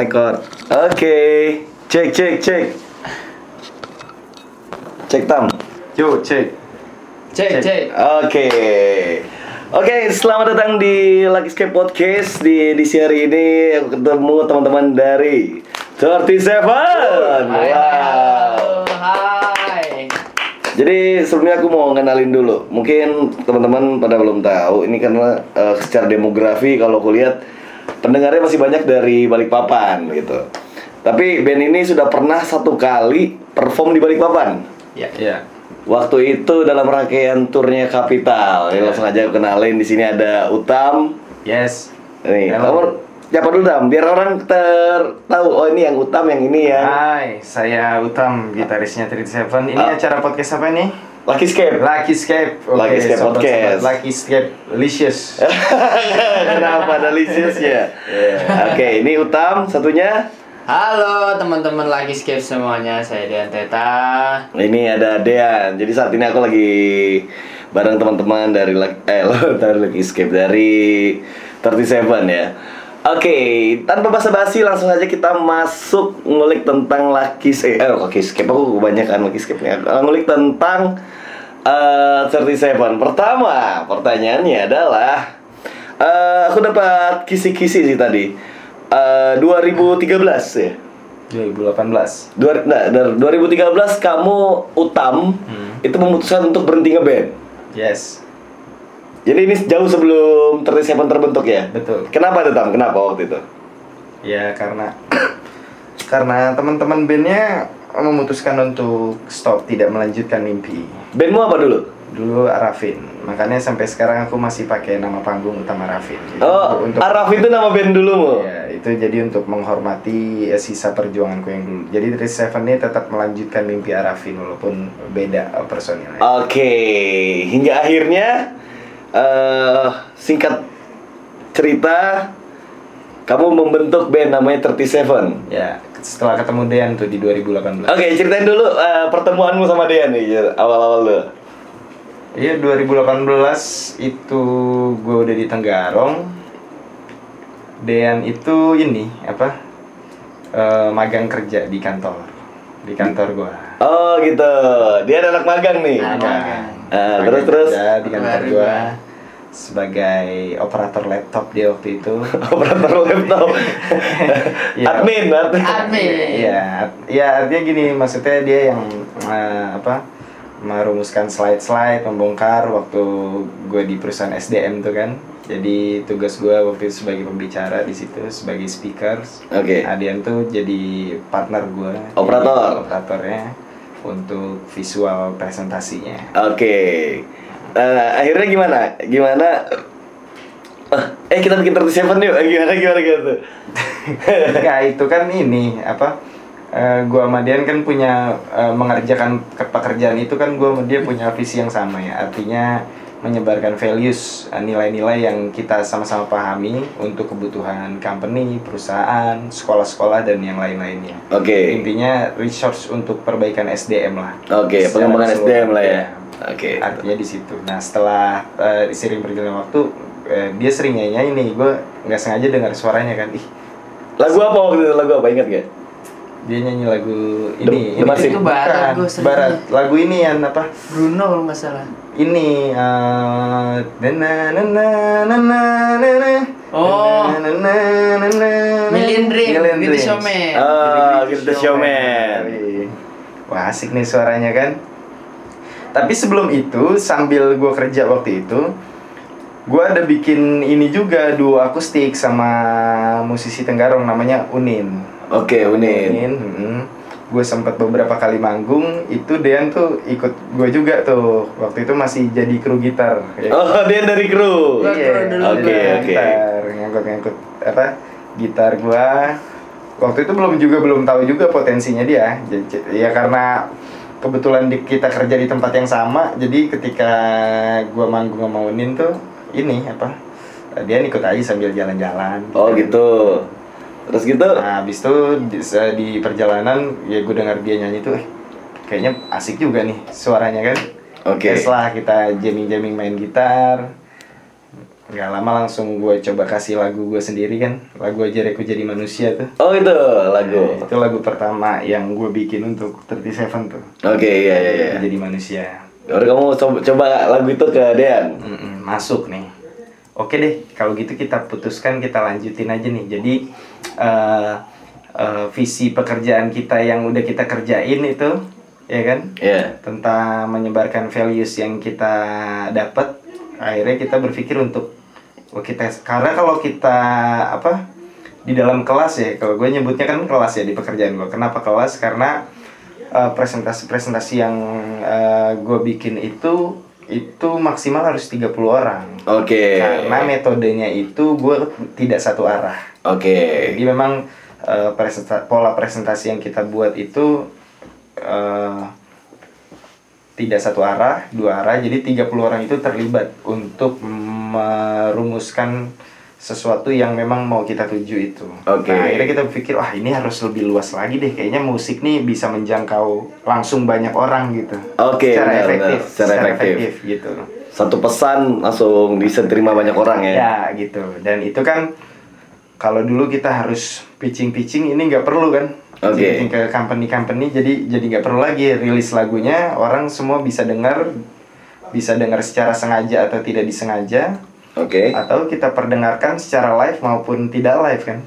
Record. Oke. Cek cek cek. Cek tam. Yo cek. Cek, Eh, cek. Oke. Oke, selamat datang di Luckyscape Podcast di edisi hari ini aku ketemu teman-teman dari 37. Hai, Wow. hai. Jadi sebelumnya aku mau ngenalin dulu. Mungkin teman-teman pada belum tahu ini karena eh, secara demografi kalau aku lihat pendengarnya masih banyak dari Balikpapan gitu. Tapi band ini sudah pernah satu kali perform di Balikpapan. Ya. Iya. Waktu itu dalam rangkaian turnya Kapital, ya, langsung aja aku kenalin di sini ada Utam. Yes. Nih, Halo. kamu siapa dulu Tam? Biar orang ter tahu oh ini yang Utam, yang ini ya. Hai, saya Utam, gitarisnya 37. Ini Ah. acara podcast apa nih? Lucky Scape. Luckyscape. Oke, Luckyscape sobat-sobat, Podcast. Luckyscape Licious. Kenapa delicious ya? Oke, ini Utam satunya. Halo teman-teman lagi skip semuanya, saya Dian Teta. Nah, Ini ada Dean. Jadi saat ini aku lagi bareng teman-teman dari Luck- eh dari Lucky Escape dari 37 ya. Oke, tanpa basa-basi langsung aja kita masuk ngulik tentang Lucky eh, eh Lucky Escape. Aku kebanyakan Lucky Escape nih. Eh, Ngulik tentang eh 37. Pertama, pertanyaannya adalah eh aku dapat kisi-kisi sih tadi. Eh 2013 ya. 2018. Dua, nah, dari 2013 kamu utam Hmm. itu memutuskan untuk berhenti ngeband. Yes. Jadi ini jauh sebelum 37 terbentuk ya. Betul. Kenapa tuh tam? Kenapa waktu itu? Ya karena karena teman-teman bandnya memutuskan untuk stop tidak melanjutkan mimpi. Bandmu apa dulu? Dulu Arafin, makanya sampai sekarang aku masih pakai nama panggung utama Arafin. Jadi Oh, untuk- Araf itu nama band dulumu. Ya, itu jadi untuk menghormati eh, sisa perjuanganku yang dulu. Jadi dari Seven ini tetap melanjutkan mimpi Arafin walaupun beda eh, personilnya. Oke, hingga akhirnya eh singkat cerita kamu membentuk band namanya 37. Ya, setelah ketemu Dean tuh di 2018. Oke, ceritain dulu eh, pertemuanmu sama dia nih awal-awal dulu. Iya, 2018 itu gue udah di Tenggarong. Dean itu ini apa? eh, magang kerja di kantor. Di kantor gue. Oh gitu, dia ada anak magang nih. Anak Iya. magang. Eh, terus terus di kantor Baru gue gua. sebagai operator laptop dia waktu itu. operator laptop Iya. Oh, admin admin Admin. Iya, art- ya artinya gini, maksudnya dia yang eh, apa merumuskan slide-slide, membongkar waktu gue di perusahaan SDM tuh kan. Jadi tugas gue waktu itu sebagai pembicara di situ, sebagai speakers. Oke. Adian tuh jadi partner gue. Operator. Operatornya untuk visual presentasinya. oke Eh, akhirnya gimana gimana eh kita bikin 37 yuk Eh, gimana gimana gitu Enggak, itu kan ini apa? eh, gua sama Dian kan punya eh, mengerjakan ke- pekerjaan itu kan gua sama dia punya visi yang sama ya. Artinya menyebarkan values eh, nilai-nilai yang kita sama-sama pahami untuk kebutuhan company, perusahaan, sekolah-sekolah dan yang lain-lainnya. oke Intinya resource untuk perbaikan SDM lah. oke Secara pengembangan keseluruhan. SDM lah ya Iya. oke Artinya di situ. Nah setelah eh, sering berjalannya waktu, eh, dia sering nyanyi ini, gue nggak sengaja dengar suaranya kan, ih lagu apa waktu itu lagu apa ingat gak dia nyanyi lagu ini The- The ini Massive. Itu barat, Bukan, gua sering barat nyanyi. lagu ini yang apa Bruno kalau nggak salah. ini eh, na na na na na na na Oh. na na na na na na. Million Dream, Million Gitu Dreams. Showman. ah Gitu gitu the showman Wih. wah asik nih suaranya kan tapi sebelum itu sambil gue kerja waktu itu gue ada bikin ini juga duo akustik sama musisi Tenggarong namanya Unin oke unin Main, Gue sempet beberapa kali manggung, itu Dean tuh ikut gue juga tuh. Waktu itu masih jadi kru gitar. ya. oh dia dari kru Gua kru dulu, Oke, gua. oke. Gitar, ngangkut-ngangkut apa? Gitar gua. Waktu itu belum juga belum tahu juga potensinya dia. J- j- Ya karena kebetulan di- kita kerja di tempat yang sama, jadi ketika gua manggung sama Unin tuh ini apa? Dia ikut aja sambil jalan-jalan. oh gitu terus gitu Nah, habis itu di, se- di perjalanan ya gue dengar dia nyanyi tuh eh, kayaknya asik juga nih suaranya kan. Oke. Terus lah kita jamming-jamming main gitar. nggak lama langsung gue coba kasih lagu gue sendiri kan lagu aja aku jadi manusia tuh Oh itu lagu. itu lagu pertama yang gue bikin untuk 37 tuh Oke iya iya iya. jadi manusia Udah kamu coba, coba lagu itu ke Dean. Mm-mm, masuk nih oke deh kalau gitu kita putuskan kita lanjutin aja nih jadi eh, eh, visi pekerjaan kita yang udah kita kerjain itu ya kan Iya. tentang menyebarkan values yang kita dapat akhirnya kita berpikir untuk oh, kita karena kalau kita apa di dalam kelas ya kalau gue nyebutnya kan kelas ya di pekerjaan gue kenapa kelas karena eh, presentasi-presentasi yang eh, gue bikin itu itu maksimal harus 30 orang Oke. karena metodenya itu gue tidak satu arah Oke. jadi memang eh, presenta- pola presentasi yang kita buat itu eh, tidak satu arah, dua arah. Jadi 30 orang itu terlibat untuk merumuskan sesuatu yang memang mau kita tuju itu. Oke. Nah, akhirnya kita berpikir, wah ini harus lebih luas lagi deh. Kayaknya musik nih bisa menjangkau langsung banyak orang gitu. Oke, Secara benar, efektif, benar. Secara efektif. gitu. Satu pesan langsung diterima banyak orang ya. Ya gitu. Dan itu kan kalau dulu kita harus pitching-pitching ini nggak perlu kan? Oke. Pitching ke company-company jadi jadi nggak perlu lagi rilis lagunya orang semua bisa dengar bisa dengar secara sengaja atau tidak disengaja Oke. atau kita perdengarkan secara live maupun tidak live kan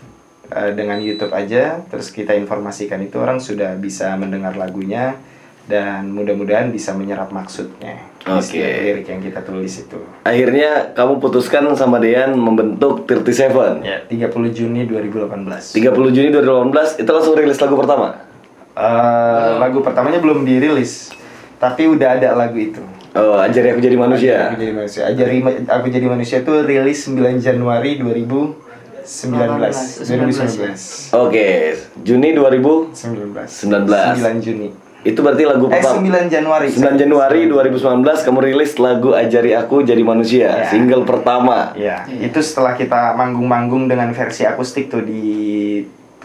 Eh, dengan YouTube aja terus kita informasikan itu orang sudah bisa mendengar lagunya dan mudah-mudahan bisa menyerap maksudnya Oke. isi lirik yang kita tulis itu Akhirnya kamu putuskan sama Dean membentuk 37. ya 30 Juni 2018 30 Juni 2018 itu langsung rilis lagu pertama. Eh, lagu pertamanya belum dirilis, tapi udah ada lagu itu. Oh, ajari aku jadi manusia. Aku jadi manusia. Ajari Ma- aku jadi manusia itu rilis 9 Januari 2019. 2019. 19. Oke, Juni 2000 19. 9 Juni. itu berarti lagu Eh pertama. 9 Januari. 9 Januari 2019 kamu rilis lagu Ajari Aku Jadi Manusia, Ya. single pertama. Ya, itu setelah kita manggung-manggung dengan versi akustik tuh di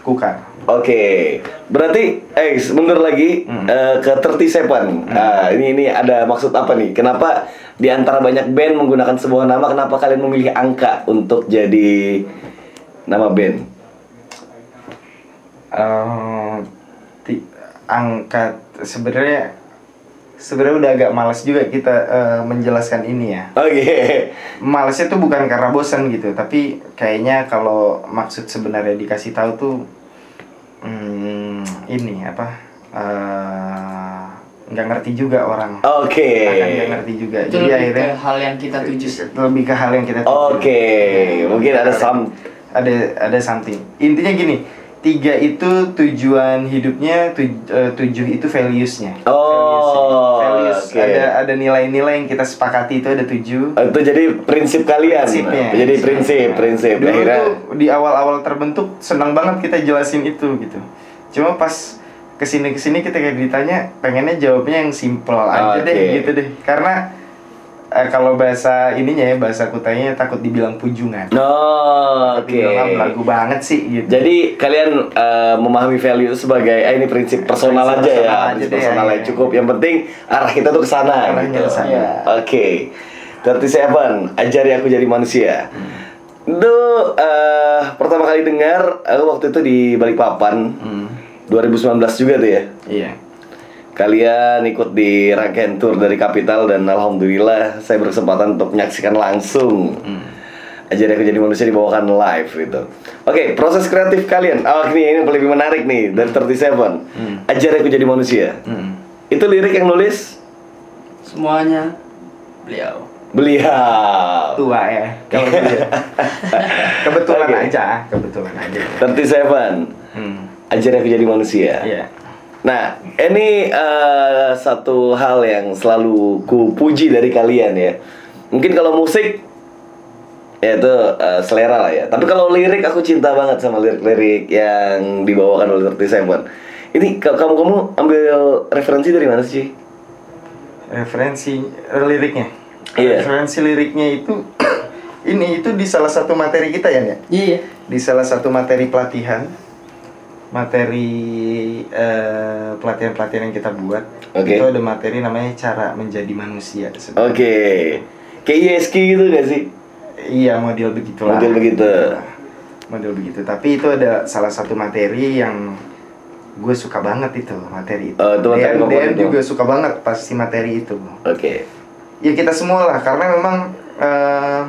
Kukar. Oke, berarti eh mundur lagi Hmm. eh, ke 37. Nah, ini ini ada maksud apa nih? Kenapa di antara banyak band menggunakan sebuah nama, kenapa kalian memilih angka untuk jadi nama band? Eh, ti- angkat sebenarnya sebenarnya udah agak malas juga kita eh, menjelaskan ini ya. Oke. Malesnya tuh bukan karena bosan gitu, tapi kayaknya kalau maksud sebenarnya dikasih tahu tuh hmm, ini apa eh, nggak ngerti juga orang, Oke. akan nggak ngerti juga. Iya, Itu Jadi lebih akhirnya ke hal yang kita tuju sih. lebih ke hal yang kita tuju. Oke, mungkin ada some ada ada something. Intinya gini, tiga itu tujuan hidupnya, tuj- eh, tujuh itu valuesnya. Oh, Values oke. ada ada nilai-nilai yang kita sepakati itu ada tujuh. Oh, itu jadi prinsip kalian. prinsipnya. Jadi prinsip, prinsip. Dulu Akhirnya- tuh di awal-awal terbentuk senang banget kita jelasin itu gitu. Cuma pas kesini kesini kita kayak ditanya pengennya jawabnya yang simple Oh, aja Oke. deh gitu deh. Karena eh, kalau bahasa ininya ya bahasa kutanya takut dibilang pujungan. Oh, oke. Dibilang "Ah, lagu banget sih gitu. Jadi kalian eh, memahami value sebagai eh, ini prinsip personal aja Prinsip ya, personal aja prinsip deh, personal ya, aja ya. cukup. Yang penting arah kita tuh ke sana Arahnya gitu. ke sana. Oke. 37 ajari aku jadi manusia. Hmm. Itu eh, pertama kali dengar aku waktu itu di Balikpapan. Hmm. 2019 juga tuh ya. Iya. Kalian ikut di rangkaian tour dari Kapital dan alhamdulillah saya berkesempatan untuk menyaksikan langsung. Hmm. Ajari aku jadi manusia dibawakan live gitu. Oke, proses kreatif kalian. Oh, ini ini yang lebih menarik nih dari 37. Hmm. Ajari aku jadi manusia. Itu lirik yang nulis Semuanya beliau. beliau. Tua ya. Kalau dia. kebetulan Oke. aja, kebetulan aja. 37. Hmm. Ajari aku jadi manusia. Iya. Nah, ini eh, satu hal yang selalu ku puji dari kalian ya. Mungkin kalau musik ya itu eh, selera lah ya. Tapi kalau lirik aku cinta banget sama lirik-lirik yang dibawakan oleh 37. Ini ka- kamu kamu ambil referensi dari mana sih? referensi eh, liriknya Iya. referensi liriknya itu ini itu di salah satu materi kita ya ya Iya. di salah satu materi pelatihan materi eh, pelatihan-pelatihan yang kita buat Oke. itu ada materi namanya cara menjadi manusia Oke. Kayak ISK E gitu gak sih? Iya model begitulah. Model begitu. Model begitu. Tapi itu ada salah satu materi yang gue suka banget itu materi itu. Oh, itu materi Dan favorit Dan lo. juga suka banget pasti materi itu. Oke. Ya kita semua lah karena memang eh,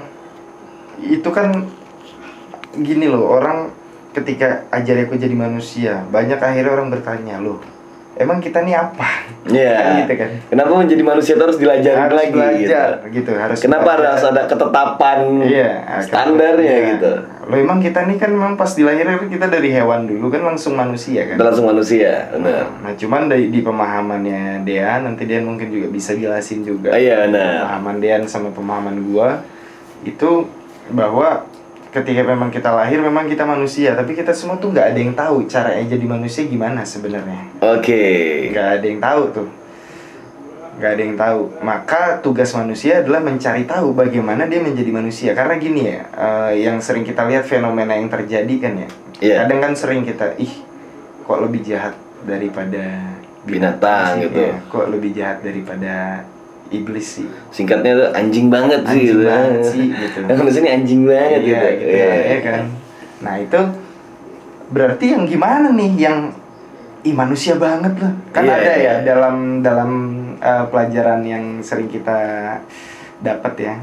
itu kan gini loh orang ketika ajari aku jadi manusia banyak akhirnya orang bertanya loh emang kita nih apa? Kan Iya. gitu kan. Kenapa menjadi manusia itu harus dilajarin harus lagi belajar gitu? gitu. harus Kenapa belajar. harus ada ketetapan Iya, standarnya iya. gitu? Lo emang kita nih kan memang pas dilahirkan kita dari hewan dulu kan langsung manusia kan. Kita langsung manusia, benar. Nah, cuman di, di pemahamannya Dean nanti Dean mungkin juga bisa jelasin juga. Ah, iya, benar. Pemahaman Dean sama pemahaman gua itu bahwa ketika memang kita lahir memang kita manusia, tapi kita semua tuh nggak ada yang tahu caranya jadi manusia gimana sebenarnya Oke. nggak ada yang tahu tuh nggak ada yang tahu maka tugas manusia adalah mencari tahu bagaimana dia menjadi manusia karena gini ya eh, yang sering kita lihat fenomena yang terjadi kan ya Iya. kadang kan sering kita ih kok lebih jahat daripada Binatang sih?" gitu. Iya, kok lebih jahat daripada iblis sih Singkatnya tuh anjing banget sih Anjing gitu. banget sih, gitu. Yang di sini anjing banget Iya, gitu. gitu ya, ya kan. Nah itu berarti yang gimana nih yang Ih manusia banget loh Kan Iya, ada iya. ya dalam dalam eh, pelajaran yang sering kita dapat ya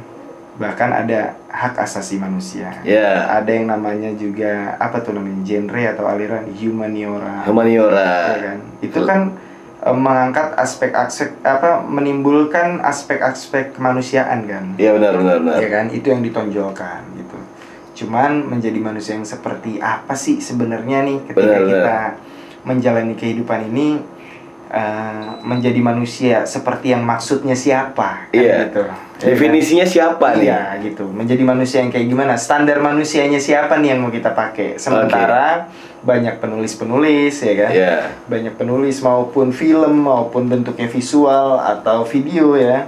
Bahkan ada hak asasi manusia Iya. Ada yang namanya juga apa tuh namanya genre atau aliran humaniora Humaniora. ya kan? Itu kan eh, mengangkat aspek-aspek apa menimbulkan aspek-aspek kemanusiaan kan Iya benar benar benar. ya kan itu yang ditonjolkan gitu cuman menjadi manusia yang seperti apa sih sebenarnya nih ketika Benar, benar. kita menjalani kehidupan ini eh, menjadi manusia seperti yang maksudnya siapa kan Iya. gitu Ya kan? Definisinya siapa nih? Iya gitu. Menjadi manusia yang kayak gimana? Standar manusianya siapa nih yang mau kita pakai? Sementara banyak penulis-penulis ya kan. Iya. Banyak penulis maupun film maupun bentuknya visual atau video ya.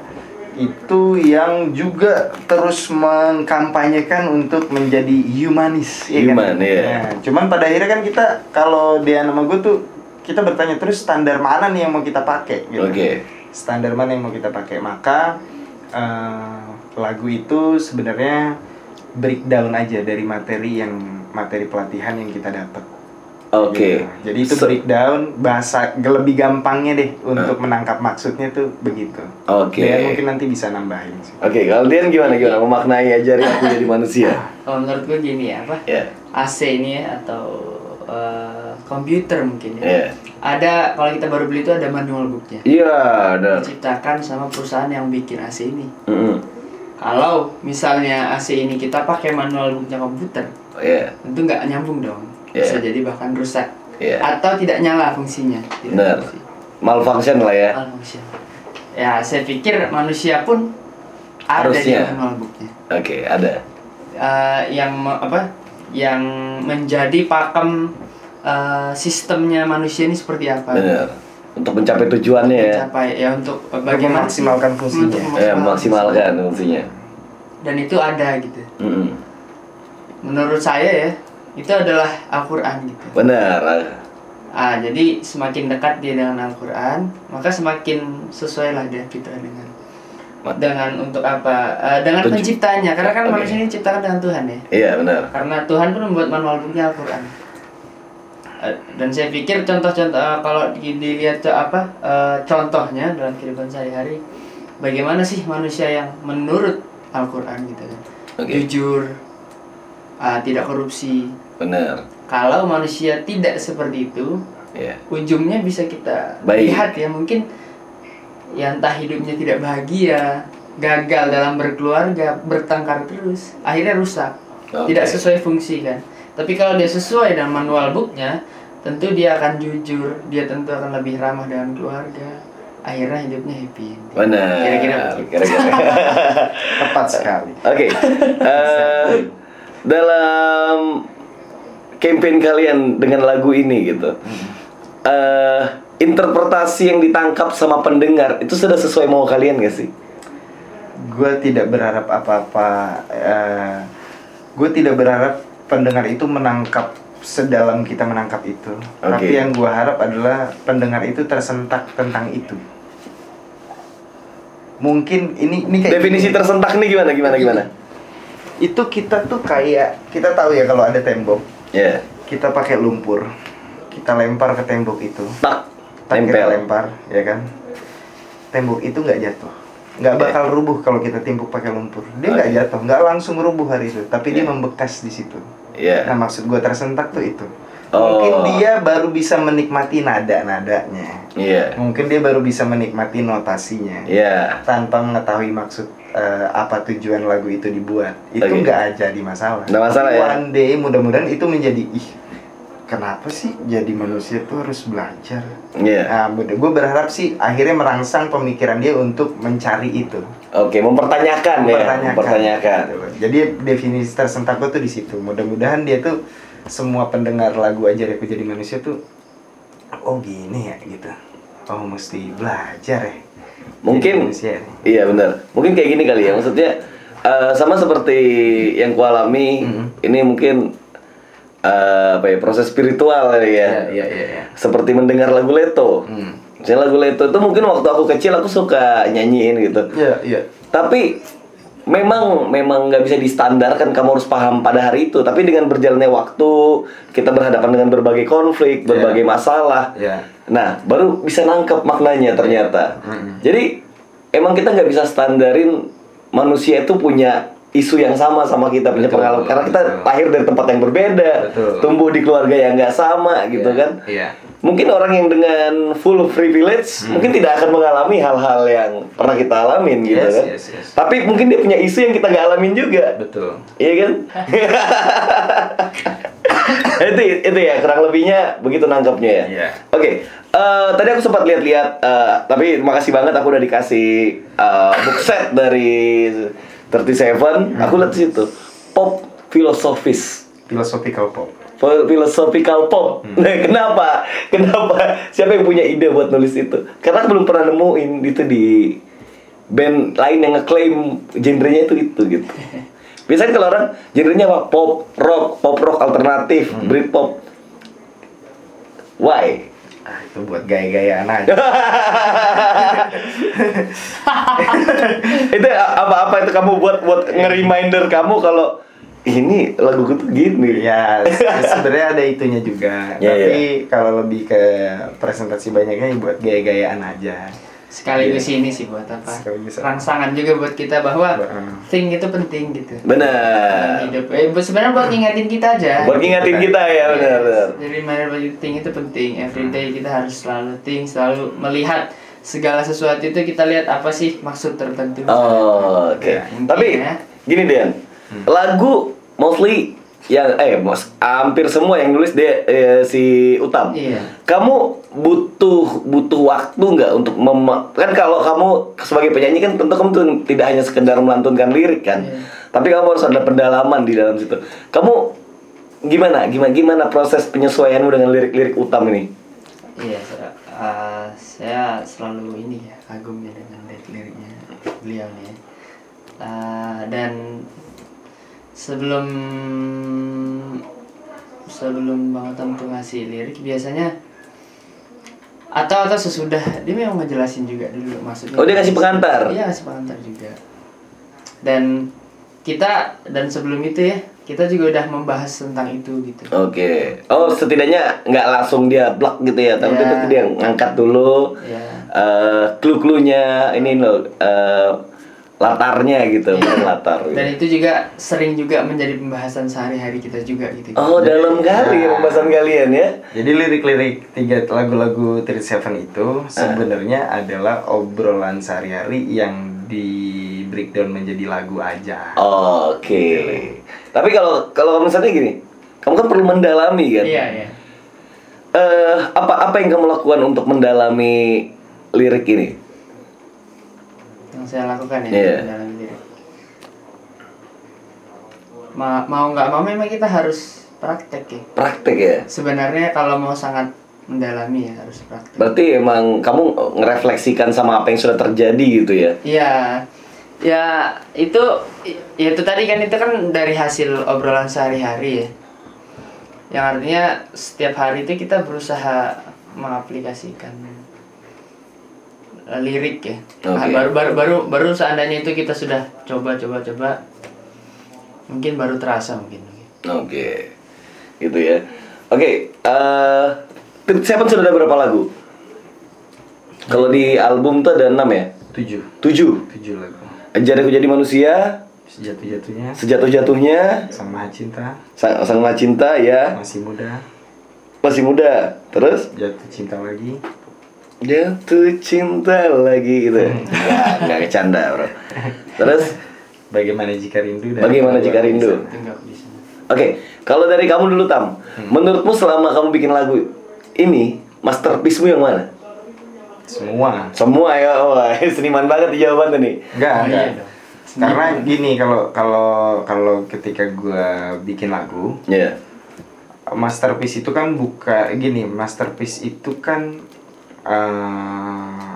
Itu yang juga terus mengkampanyekan untuk menjadi humanis ya Human, kan. iya. Nah, cuman pada akhirnya kan kita kalau dia nama gue tuh kita bertanya terus standar mana nih yang mau kita pakai gitu Oke. standar mana yang mau kita pakai maka eh, lagu itu sebenarnya breakdown aja dari materi yang materi pelatihan yang kita dapat Oke. Gitu. Iya. jadi itu Se- breakdown bahasa lebih gampangnya deh untuk menangkap maksudnya tuh begitu Eh. Oke. Dean mungkin nanti bisa nambahin sih Oke, kalau Dian gimana gimana memaknai ajarin aku jadi manusia? Kalau menurut gue gini ya, apa? Ya. AC ini ya, atau eh, komputer mungkin ya. Iya. Ada kalau kita baru beli itu ada manual booknya. Iya, benar. Diciptakan sama perusahaan yang bikin AC ini. Mm-mm. Kalau misalnya AC ini kita pakai manual booknya komputer, Oh, Iya. tentu nggak nyambung dong. Bisa Iya. jadi bahkan rusak Iya. atau tidak nyala fungsinya. Tidak Benar. fungsi. Malfunction lah Iya. ya. Manusia. Ya saya pikir manusia pun ada Harusnya. di manual booknya. Oke, ada. Eh, yang me- apa? Yang menjadi pakem eh, sistemnya manusia ini seperti Iya. apa? Benar. Untuk mencapai tujuannya ya. Mencapai ya untuk eh, bagaimana sih- memaksimalkan fungsinya. untuk Ya, maksimalkan fungsinya. Dan itu ada gitu. Mm-mm. Menurut saya ya itu adalah Al-Quran gitu. Benar. Ah, jadi semakin dekat dia dengan Al-Quran, maka semakin sesuai lah dia kita dengan Ma- dengan untuk apa? Eh, dengan Tujuh. penciptanya, karena kan Oke. manusia ini diciptakan dengan Tuhan ya. Iya, benar. Karena Tuhan pun membuat manual bukunya Al-Quran. Eh, dan saya pikir contoh-contoh eh, kalau di- dilihat tuh apa eh, contohnya dalam kehidupan sehari-hari, bagaimana sih manusia yang menurut Al-Quran gitu kan? Oke. Jujur, ah, tidak korupsi. Benar. Kalau manusia tidak seperti itu, Iya. ujungnya bisa kita Baik. lihat ya mungkin ya entah hidupnya tidak bahagia gagal dalam berkeluarga bertengkar terus akhirnya rusak Oke. tidak sesuai fungsi kan tapi kalau dia sesuai dengan manual booknya tentu dia akan jujur dia tentu akan lebih ramah dengan keluarga akhirnya hidupnya happy ending. Benar. Kira-kira begitu. Kira-kira. tepat sekali Oke. eh, dalam campaign kalian dengan lagu ini gitu. eh interpretasi yang ditangkap sama pendengar itu sudah sesuai mau kalian gak sih? gue tidak berharap apa-apa gue tidak berharap pendengar itu menangkap sedalam kita menangkap itu Oke. tapi yang gue harap adalah pendengar itu tersentak tentang itu mungkin ini ini kayak Definisi tersentak nih gimana gimana gimana? itu kita tuh kayak kita tahu ya kalau ada tembok ya kita pakai lumpur kita lempar ke tembok itu tak Tak kita tempel lempar ya kan tembok itu nggak jatuh nggak Oke. bakal rubuh kalau kita timpuk pakai lumpur dia nggak Oke. jatuh nggak langsung rubuh hari itu tapi dia Iya. membekas di situ nah ya maksud gua tersentak tuh itu mungkin Oh. dia baru bisa menikmati nada nadanya iya mungkin dia baru bisa menikmati notasinya iya tanpa mengetahui maksud eh, apa tujuan lagu itu dibuat itu Oke. nggak jadi masalah Nggak masalah ya? one day mudah-mudahan itu menjadi ih kenapa sih jadi manusia tuh harus belajar iya nah, gue berharap sih akhirnya merangsang pemikiran dia untuk mencari itu oke mempertanyakan ya mempertanyakan Gitu loh. jadi definisi tersentak gue tuh di situ mudah-mudahan dia tuh semua pendengar lagu ajar aku jadi manusia tuh oh gini ya gitu oh mesti belajar ya Mungkin- Jadi manusia ya. Iya benar. Mungkin kayak gini kali ya. Maksudnya eh, sama seperti yang kualami Mhm. ini mungkin eh, apa ya proses spiritual kali ya. iya iya iya Seperti mendengar lagu Leto. Hmm. Misalnya lagu Leto itu mungkin waktu aku kecil aku suka nyanyiin gitu. Iya, iya. Tapi memang memang nggak bisa distandarkan kamu harus paham pada hari itu. Tapi dengan berjalannya waktu kita berhadapan dengan berbagai konflik, berbagai masalah. Iya. Nah, baru bisa nangkep maknanya ternyata. Jadi emang kita nggak bisa standarin manusia itu punya isu yang sama sama kita punya Betul, pengalaman karena kita betul. lahir dari tempat yang berbeda, Betul. tumbuh di keluarga yang nggak sama gitu Iya, kan. Iya. Mungkin orang yang dengan full privilege mungkin tidak akan mengalami hal-hal yang pernah kita alamin gitu Yes, kan. yes, yes. Tapi mungkin dia punya isu yang kita nggak alamin juga. Betul. Iya kan? itu itu ya kurang lebihnya begitu nangkepnya ya. Iya. Oke, eh, tadi aku sempat lihat-lihat, eh, tapi makasih banget aku udah dikasih eh, book set dari 37. Aku lihat di situ pop filosofis, Philosophical pop. Fil- philosophical pop. Nah, kenapa? Kenapa? Siapa yang punya ide buat nulis itu? Karena aku belum pernah nemuin itu di band lain yang ngeklaim genrenya itu itu gitu. Biasanya kalau orang genrenya apa? Pop, rock, pop rock alternatif, Britpop. Why? Ah, itu buat gaya-gayaan aja. itu apa-apa itu kamu buat buat nge-reminder kamu kalau ini lagu gue tuh gini. ya, se- sebenarnya ada itunya juga. Iya, Tapi kalau lebih ke presentasi banyaknya ya buat gaya-gayaan aja. sekaligus ini sih buat apa Sekaligus. rangsangan juga buat kita bahwa Heeh. thing itu penting gitu Benar. hidup eh, bu- sebenarnya buat ngingatin kita aja Buat ngingatin kita ya Yes, benar-benar. jadi mana bagi think itu penting everyday kita harus selalu think selalu melihat segala sesuatu itu kita lihat apa sih maksud tertentu Oh, oke. Ya, intinya. Tapi gini Dean, Hmm. lagu mostly yang eh mos, hampir semua yang nulis dia eh, si Utam. Iya. Kamu butuh butuh waktu nggak untuk mema kan kalau kamu sebagai penyanyi kan tentu kamu tuh tidak hanya sekedar melantunkan lirik kan, Iya. tapi kamu harus ada pendalaman di dalam situ. Kamu gimana gimana gimana proses penyesuaianmu dengan lirik-lirik Utam ini? Iya, saya- eh, saya selalu ini ya kagumnya dengan lirik liriknya beliau nih. ya. Eh, dan sebelum sebelum Bang Otam tuh ngasih lirik biasanya atau atau sesudah dia memang ngejelasin juga dulu maksudnya. Oh, dia ngasih pengantar? Iya ngasih pengantar juga. Dan kita dan sebelum itu ya kita juga udah membahas tentang itu gitu. Oke. Oh, setidaknya nggak langsung dia blok gitu ya, tapi Iya. itu dia ngangkat dulu Iya. eh clue-cluenya ini loh eh, latarnya gitu, Iya. bukan latar. gitu. Dan itu juga sering juga menjadi pembahasan sehari-hari kita juga gitu. Oh, dalam kali Iya. Nah. pembahasan kalian ya. Jadi lirik-lirik tiga lagu-lagu 37 itu sebenarnya adalah obrolan sehari-hari yang di breakdown menjadi lagu aja. Oke. Tapi kalau kalau kamu misalnya gini, kamu kan perlu mendalami kan. Iya, iya. Eh, apa apa yang kamu lakukan untuk mendalami lirik ini? Yang saya lakukan ya Iya. dalam diri. Ma- mau nggak mau memang kita harus praktek ya. Praktek ya. Sebenarnya kalau mau sangat mendalami ya harus praktek. Berarti emang kamu ngerefleksikan sama apa yang sudah terjadi gitu ya. Iya. Ya, itu ya itu tadi kan itu kan dari hasil obrolan sehari-hari ya. Yang artinya setiap hari itu kita berusaha mengaplikasikan eh, lirik ya. Nah, Oke. baru, baru baru baru seandainya itu kita sudah coba coba coba mungkin baru terasa mungkin. Oke, gitu ya. Oke, eh Trip Seven sudah ada berapa lagu? Kalau di album tuh ada 6 ya? tujuh 7. tujuh lagu Ajar aku jadi manusia, sejatuh-jatuhnya sejatuh-jatuhnya, sang maha cinta sang, sang Maha cinta ya, masih muda masih muda. Terus jatuh cinta lagi jatuh cinta lagi gitu. Enggak, enggak bercanda, Bro. Terus bagaimana jika rindu dan bagaimana jika rindu? Enggak bisa. Oke, kalau dari kamu dulu Tam, menurutmu selama kamu bikin lagu ini masterpiece-mu yang mana? semua Semua ya, wah seniman banget di jawaban tuh nih. enggak Oh, enggak iya dong. karena gini kalau kalau kalau ketika gua bikin lagu Ya, masterpiece itu kan buka gini masterpiece itu kan eh,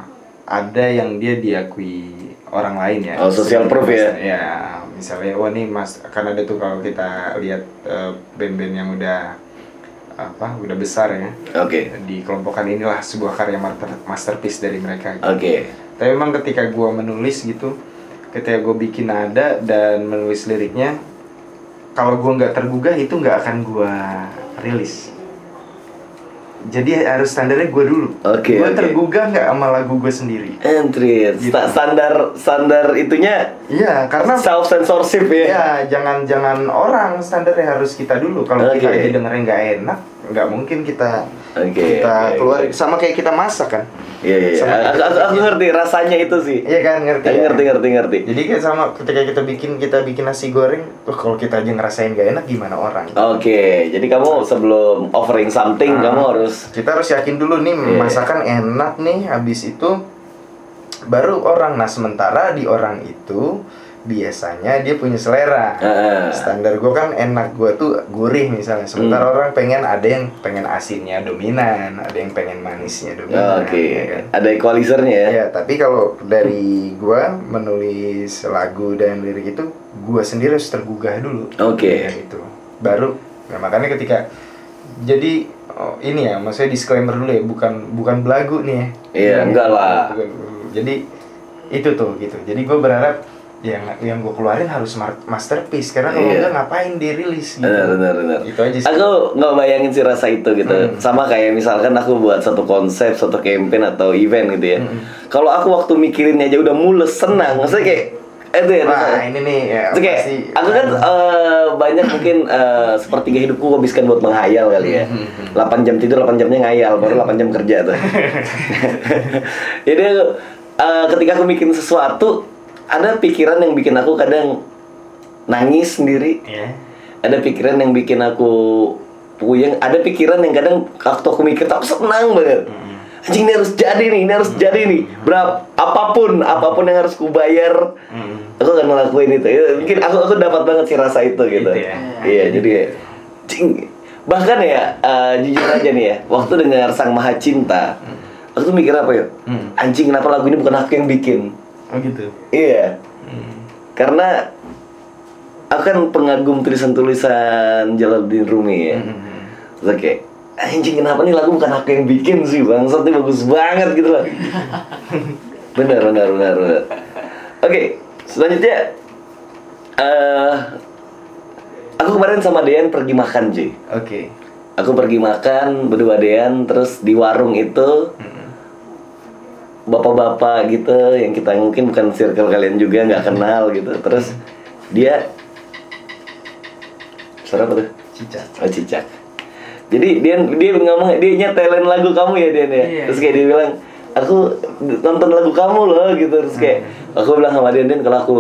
ada yang dia diakui orang lain ya Oh, social proof ya? ya misalnya wah nih mas kan ada tuh kalau kita lihat eh, band-band yang udah apa udah besar ya oke, di kelompokan inilah sebuah karya master- masterpiece dari mereka gitu. oke, tapi memang ketika gua menulis gitu ketika gue bikin nada dan menulis liriknya kalau gua nggak tergugah itu nggak akan gua rilis jadi harus standarnya gua dulu Oke, Gua oke. tergugah nggak sama lagu gue sendiri entry, Gitu. sta- standar standar itunya iya karena self censorship ya. ya jangan jangan orang standarnya harus kita dulu kalau kita Oke. aja dengerin nggak enak nggak mungkin kita Oke, oke, kita keluarin oke. sama kayak kita masak kan Iya, iya, iya. Sama Aku, aku, aku ngerti rasanya itu sih. iya kan ngerti Aku ya? ngerti, ngerti, ngerti. Jadi kayak sama ketika kita bikin kita bikin nasi goreng, tuh kalau kita aja ngerasain gak enak gimana orang? Oke, jadi kamu sebelum offering something Ah. kamu harus Kita harus yakin dulu nih Iya. masakan enak nih, habis itu baru orang. Nah sementara di orang itu biasanya dia punya Ah. selera. Hmm. Standar gue kan enak gue tuh gurih misalnya. Sementara orang pengen ada yang pengen asinnya dominan, ada yang pengen manisnya Oh, dominan. Oke, ya kan? ada equalizernya ya. Ya, tapi kalau dari gua menulis lagu dan lirik itu gua sendiri harus tergugah dulu. Oke. Ya, Gitu. Baru nah, makanya ketika jadi oh, ini ya, maksudnya disclaimer dulu ya, bukan bukan belagu nih ya. Iya, Bukan- enggak lah. bukan- Jadi itu tuh gitu. Jadi gua berharap yang yang gua keluarin harus mar- masterpiece karena kalau Iya. enggak ngapain dirilis gitu. Benar, benar, benar. Itu aja sih. Aku nggak bayangin sih rasa itu gitu. Hmm. Sama kayak misalkan aku buat satu konsep, satu campaign atau event gitu ya. Hmm. Kalau aku waktu mikirinnya aja udah mules, senang. Maksudnya kayak itu ya. Wah, rasanya. ini nih ya, Itu kayak, pasti- aku kan eh, banyak mungkin eh, sepertiga hidupku aku habiskan buat menghayal kali Hmm, ya. 8 jam tidur, 8 jamnya ngayal, baru 8 jam kerja tuh. Jadi aku, eh, ketika aku bikin sesuatu, ada pikiran yang bikin aku kadang nangis sendiri ya. ada pikiran yang bikin aku puyeng ada pikiran yang kadang waktu aku mikir tuh aku senang banget anjing ini harus jadi nih ini harus jadi nih berapa apapun apapun yang harus kubayar Mm. aku akan ngelakuin itu Ya, mungkin aku aku dapat banget sih rasa itu gitu Gitu ya. iya jadi anjing bahkan ya eh, jujur aja nih ya waktu dengar sang maha cinta aku tuh mikir apa ya Hmm. anjing kenapa lagu ini bukan aku yang bikin Oh gitu. Mm. Iya. Karena akan pengagum tulisan-tulisan Jalaluddin Rumi ya. Mm. Terus kayak anjing kenapa nih lagu bukan aku yang bikin sih bangsat nih bagus banget gitu loh. benar benar benar benar. Oke, selanjutnya eh aku kemarin sama Dean pergi makan, Ji. Oke. Aku pergi makan berdua Dean terus di warung itu bapak-bapak gitu yang kita mungkin bukan circle kalian juga nggak kenal gitu terus dia suara apa tuh Cicat. oh cicak jadi dia dia ngomong dia nyetelin lagu kamu ya Dian ya Iya. terus kayak dia bilang aku nonton lagu kamu loh gitu terus kayak aku bilang sama Dian Dian kalau aku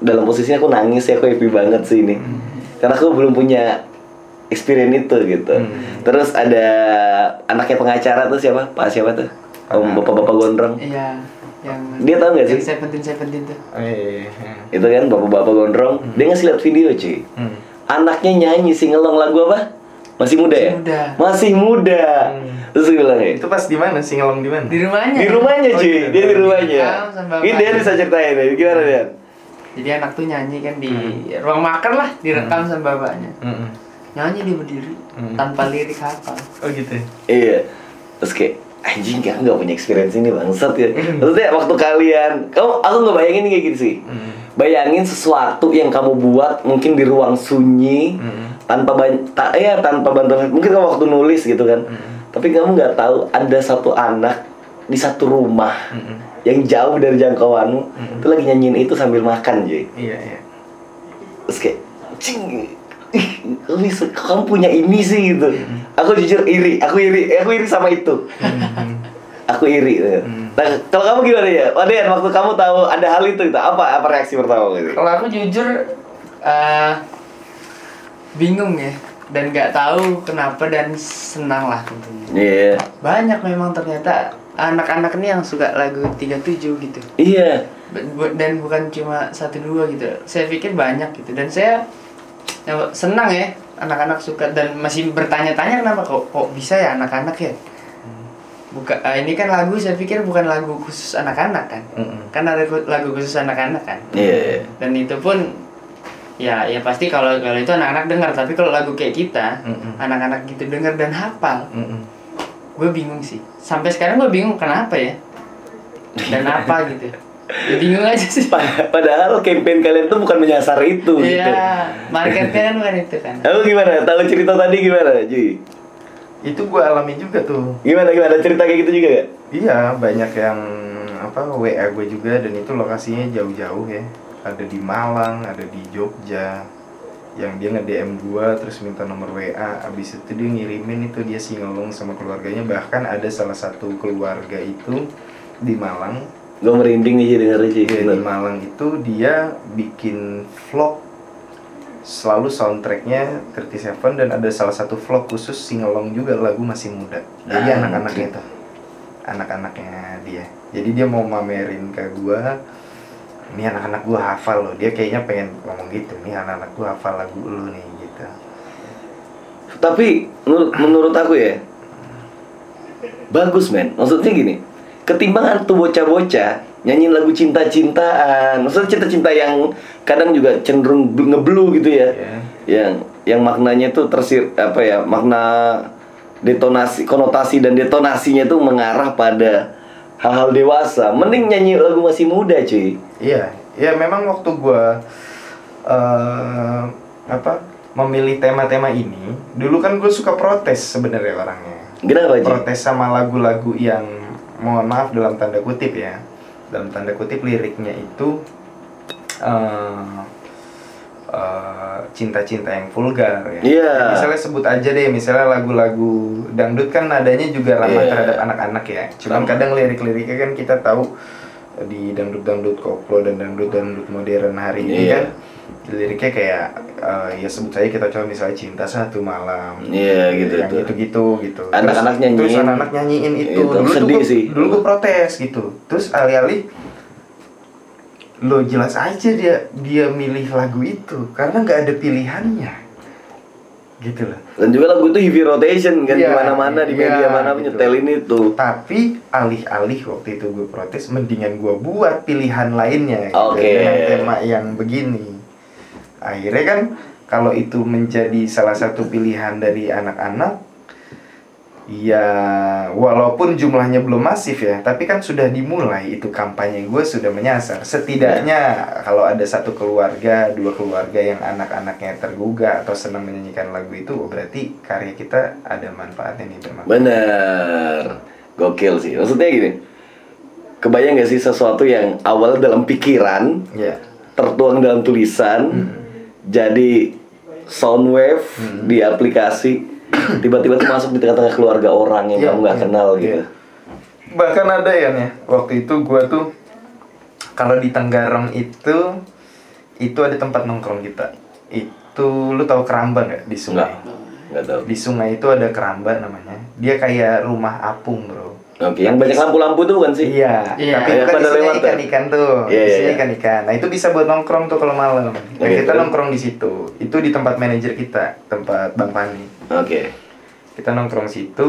dalam posisinya aku nangis ya aku happy banget sih ini karena aku belum punya experience itu gitu Hmm. terus ada anaknya pengacara tuh siapa pak siapa tuh Om bapak-bapak gondrong Iya, yang Dia tahu nggak sih? Yang Seventeen Seventeen tuh. Oh, iya, iya, iya. itu kan bapak-bapak gondrong dia ngasih lihat video cuy Hmm. anaknya nyanyi singelong lagu apa masih muda ya Masih muda. masih muda Hmm. terus gue bilang ya Itu pas di mana? Singelong di mana? Di rumahnya. kan? di rumahnya Oh, cuy iya. dia di rumahnya Kamu sama ini dia bapak. bisa ceritain ya. gimana dia Jadi anak tuh nyanyi kan di Hmm. ruang makan lah, direkam sama bapaknya. Mm-mm. Nyanyi dia berdiri Hmm. tanpa lirik hafal. Oh gitu. ya? iya terus kayak anjing kamu nggak punya experience ini bangsat ya maksudnya waktu kalian kamu aku nggak bayangin kayak gini sih Hmm. bayangin sesuatu yang kamu buat mungkin di ruang sunyi Hmm, tanpa ban ta- ya tanpa bantuan mungkin kamu waktu nulis gitu kan tapi kamu nggak tahu ada satu anak di satu rumah Hmm. yang jauh dari jangkauanmu itu lagi nyanyiin itu sambil makan jadi Iya, iya. terus kayak cing ih, kamu bisa kamu punya ini sih gitu aku jujur iri aku iri eh, aku iri sama itu Hmm, aku iri gitu. nah kalau kamu gimana ya Oden waktu kamu tahu ada hal itu gitu apa apa reaksi pertama gitu Kalau aku jujur eh, bingung ya dan nggak tahu kenapa dan senang lah tentunya. iya Banyak memang ternyata anak-anak ini yang suka lagu 37 gitu. iya Bu- dan bukan cuma satu dua gitu saya pikir banyak gitu dan saya ya, senang ya anak-anak suka dan masih bertanya-tanya kenapa kok kok bisa ya anak-anak ya Hmm. buka ah, ini kan lagu saya pikir bukan lagu khusus anak-anak kan Mm-mm. kan ada ku- lagu khusus anak-anak kan iya iya. dan itu pun ya ya pasti kalau kalau itu anak-anak dengar tapi kalau lagu kayak kita Mm-mm. anak-anak gitu dengar dan hafal Mm-mm. gue bingung sih sampai sekarang gue bingung kenapa ya dan apa gitu Ya, bingung aja sih Pa- padahal campaign kalian tuh bukan menyasar itu gitu Iya, marketnya kan bukan itu kan. Lalu gimana? Tahu cerita tadi gimana, Ji? Itu gua alami juga tuh. Gimana gimana cerita kayak gitu juga gak? Iya, banyak yang apa WA gue juga dan itu lokasinya jauh-jauh ya. Ada di Malang, ada di Jogja. Yang dia nge-DM gua terus minta nomor WA. Abis itu dia ngirimin itu dia singalong sama keluarganya. Bahkan ada salah satu keluarga itu di Malang. Gue merinding nih Ji dengerin Ji. Dia Bener. di Malang itu dia bikin vlog selalu soundtracknya 37 dan ada salah satu vlog khusus singalong juga lagu masih muda jadi Ah, anak-anaknya itu anak-anaknya dia jadi dia mau mamerin ke gua ini anak-anak gua hafal loh dia kayaknya pengen ngomong gitu nih anak-anak gua hafal lagu lu nih gitu Tapi menurut, menurut aku ya bagus men. Maksudnya gini, ketimbang tuh bocah-bocah nyanyiin lagu cinta-cintaan, maksudnya cinta-cinta yang kadang juga cenderung bl- ngeblu gitu ya. Iya. Yang yang maknanya tuh tersir apa ya, makna detonasi, konotasi dan detonasinya tuh mengarah pada hal-hal dewasa. Mending nyanyi lagu masih muda, cuy. Iya, ya memang waktu gua eh apa memilih tema-tema ini, dulu kan gue suka protes sebenarnya orangnya. Kenapa, Ci? Protes sama lagu-lagu yang mohon maaf dalam tanda kutip ya. Dalam tanda kutip liriknya itu eh eh, cinta-cinta yang vulgar ya. Iya. Misalnya sebut aja deh, misalnya lagu-lagu dangdut kan nadanya juga ramah Iya. terhadap anak-anak ya. Cuman Ramah. kadang lirik-liriknya kan kita tahu di dangdut-dangdut koplo dan dangdut-dangdut modern hari ini Iya. kan liriknya kayak eh, ya sebut saja kita coba misalnya cinta satu malam Iya, gitu, yang gitu. gitu gitu gitu Anak-anak Terus- terus nyanyiin. anak-anak nyanyiin itu, Itu, dulu sedih tuh gua- sih. dulu gue protes gitu terus alih-alih lo jelas aja dia dia milih lagu itu karena nggak ada pilihannya gitu loh Dan juga lagu itu heavy rotation kan di Iya, mana-mana di iya, media mana gitu. nyetelin itu. tapi alih-alih waktu itu gue protes mendingan gue buat pilihan lainnya gitu, Oke. dengan tema yang begini akhirnya kan kalau itu menjadi salah satu pilihan dari anak-anak ya walaupun jumlahnya belum masif ya tapi kan sudah dimulai itu kampanye gue sudah menyasar setidaknya kalau ada satu keluarga dua keluarga yang anak-anaknya tergugah atau senang menyanyikan lagu itu oh, berarti karya kita ada manfaatnya nih bermanfaat Bener. Gokil sih. Maksudnya gini. Kebayang gak sih sesuatu yang awal dalam pikiran, ya tertuang dalam tulisan, Hmm. jadi sound wave di aplikasi, tiba-tiba tuh masuk di tengah-tengah keluarga orang yang Iya, kamu nggak iya, kenal iya. gitu. bahkan ada ya nih waktu itu gua tuh kalau di Tenggarong itu itu ada tempat nongkrong kita itu lu tahu keramba nggak di sungai Enggak. Enggak tahu. di sungai itu ada keramba namanya dia kayak rumah apung bro Oke, yang banyak lampu-lampu tuh bukan sih? iya Iya. tapi Iya, kan pada isinya lewat ya? ikan-ikan tuh Iya, iya, isinya iya. ikan-ikan nah itu bisa buat nongkrong tuh kalau malam nah Oke, kita terus? nongkrong di situ itu di tempat manajer kita tempat bang Pani Oke. kita nongkrong situ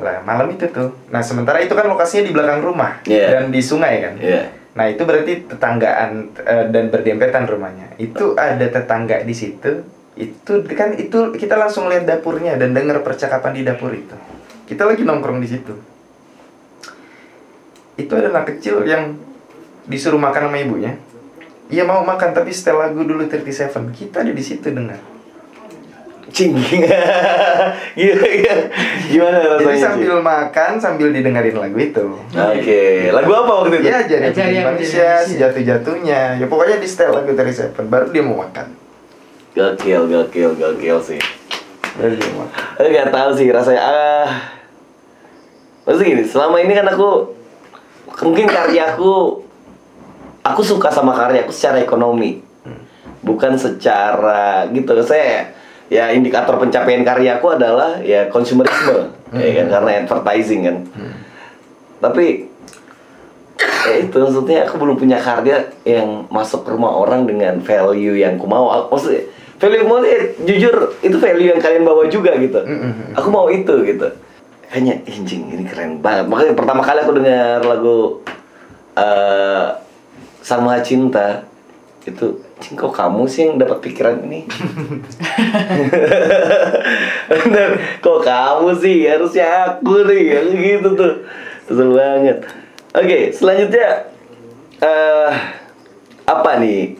lah malam itu tuh nah sementara itu kan lokasinya di belakang rumah Iya. dan di sungai kan Iya. nah itu berarti tetanggaan eh, dan berdempetan rumahnya itu ada tetangga di situ itu kan itu kita langsung lihat dapurnya dan dengar percakapan di dapur itu kita lagi nongkrong di situ itu ada anak kecil yang disuruh makan sama ibunya Iya mau makan tapi setel lagu dulu 37 kita ada di situ dengar. Cing. Gila, gila. Gimana rasanya? Jadi sambil Cing? makan sambil didengerin lagu itu. Oke, lagu apa waktu itu? Iya jadi Ajari aku jadi manusia manusia. sejatuh-jatuhnya. Ya pokoknya di setel lagu 37 baru dia mau makan. Gokil, gokil, gokil sih. Baru dia mau makan. Aku nggak tahu sih rasanya. Ah, maksudnya gini, selama ini kan aku mungkin karyaku, aku suka sama karyaku secara ekonomi, bukan secara gitu. Saya ya indikator pencapaian karyaku adalah ya konsumerisme, ya kan karena advertising kan. Tapi ya itu maksudnya aku belum punya karya yang masuk ke rumah orang dengan value yang ku mau Aku- maksudnya value yang ku mau tuh ya, jujur itu value yang kalian bawa juga gitu aku mau itu gitu hanya "Eh, anjing ini keren banget makanya pertama kali aku dengar lagu eh sama cinta itu anjing kok kamu sih yang dapat pikiran ini Bener, kok kamu sih harusnya aku nih Aku gitu tuh Kesel banget Oke, selanjutnya eh Apa nih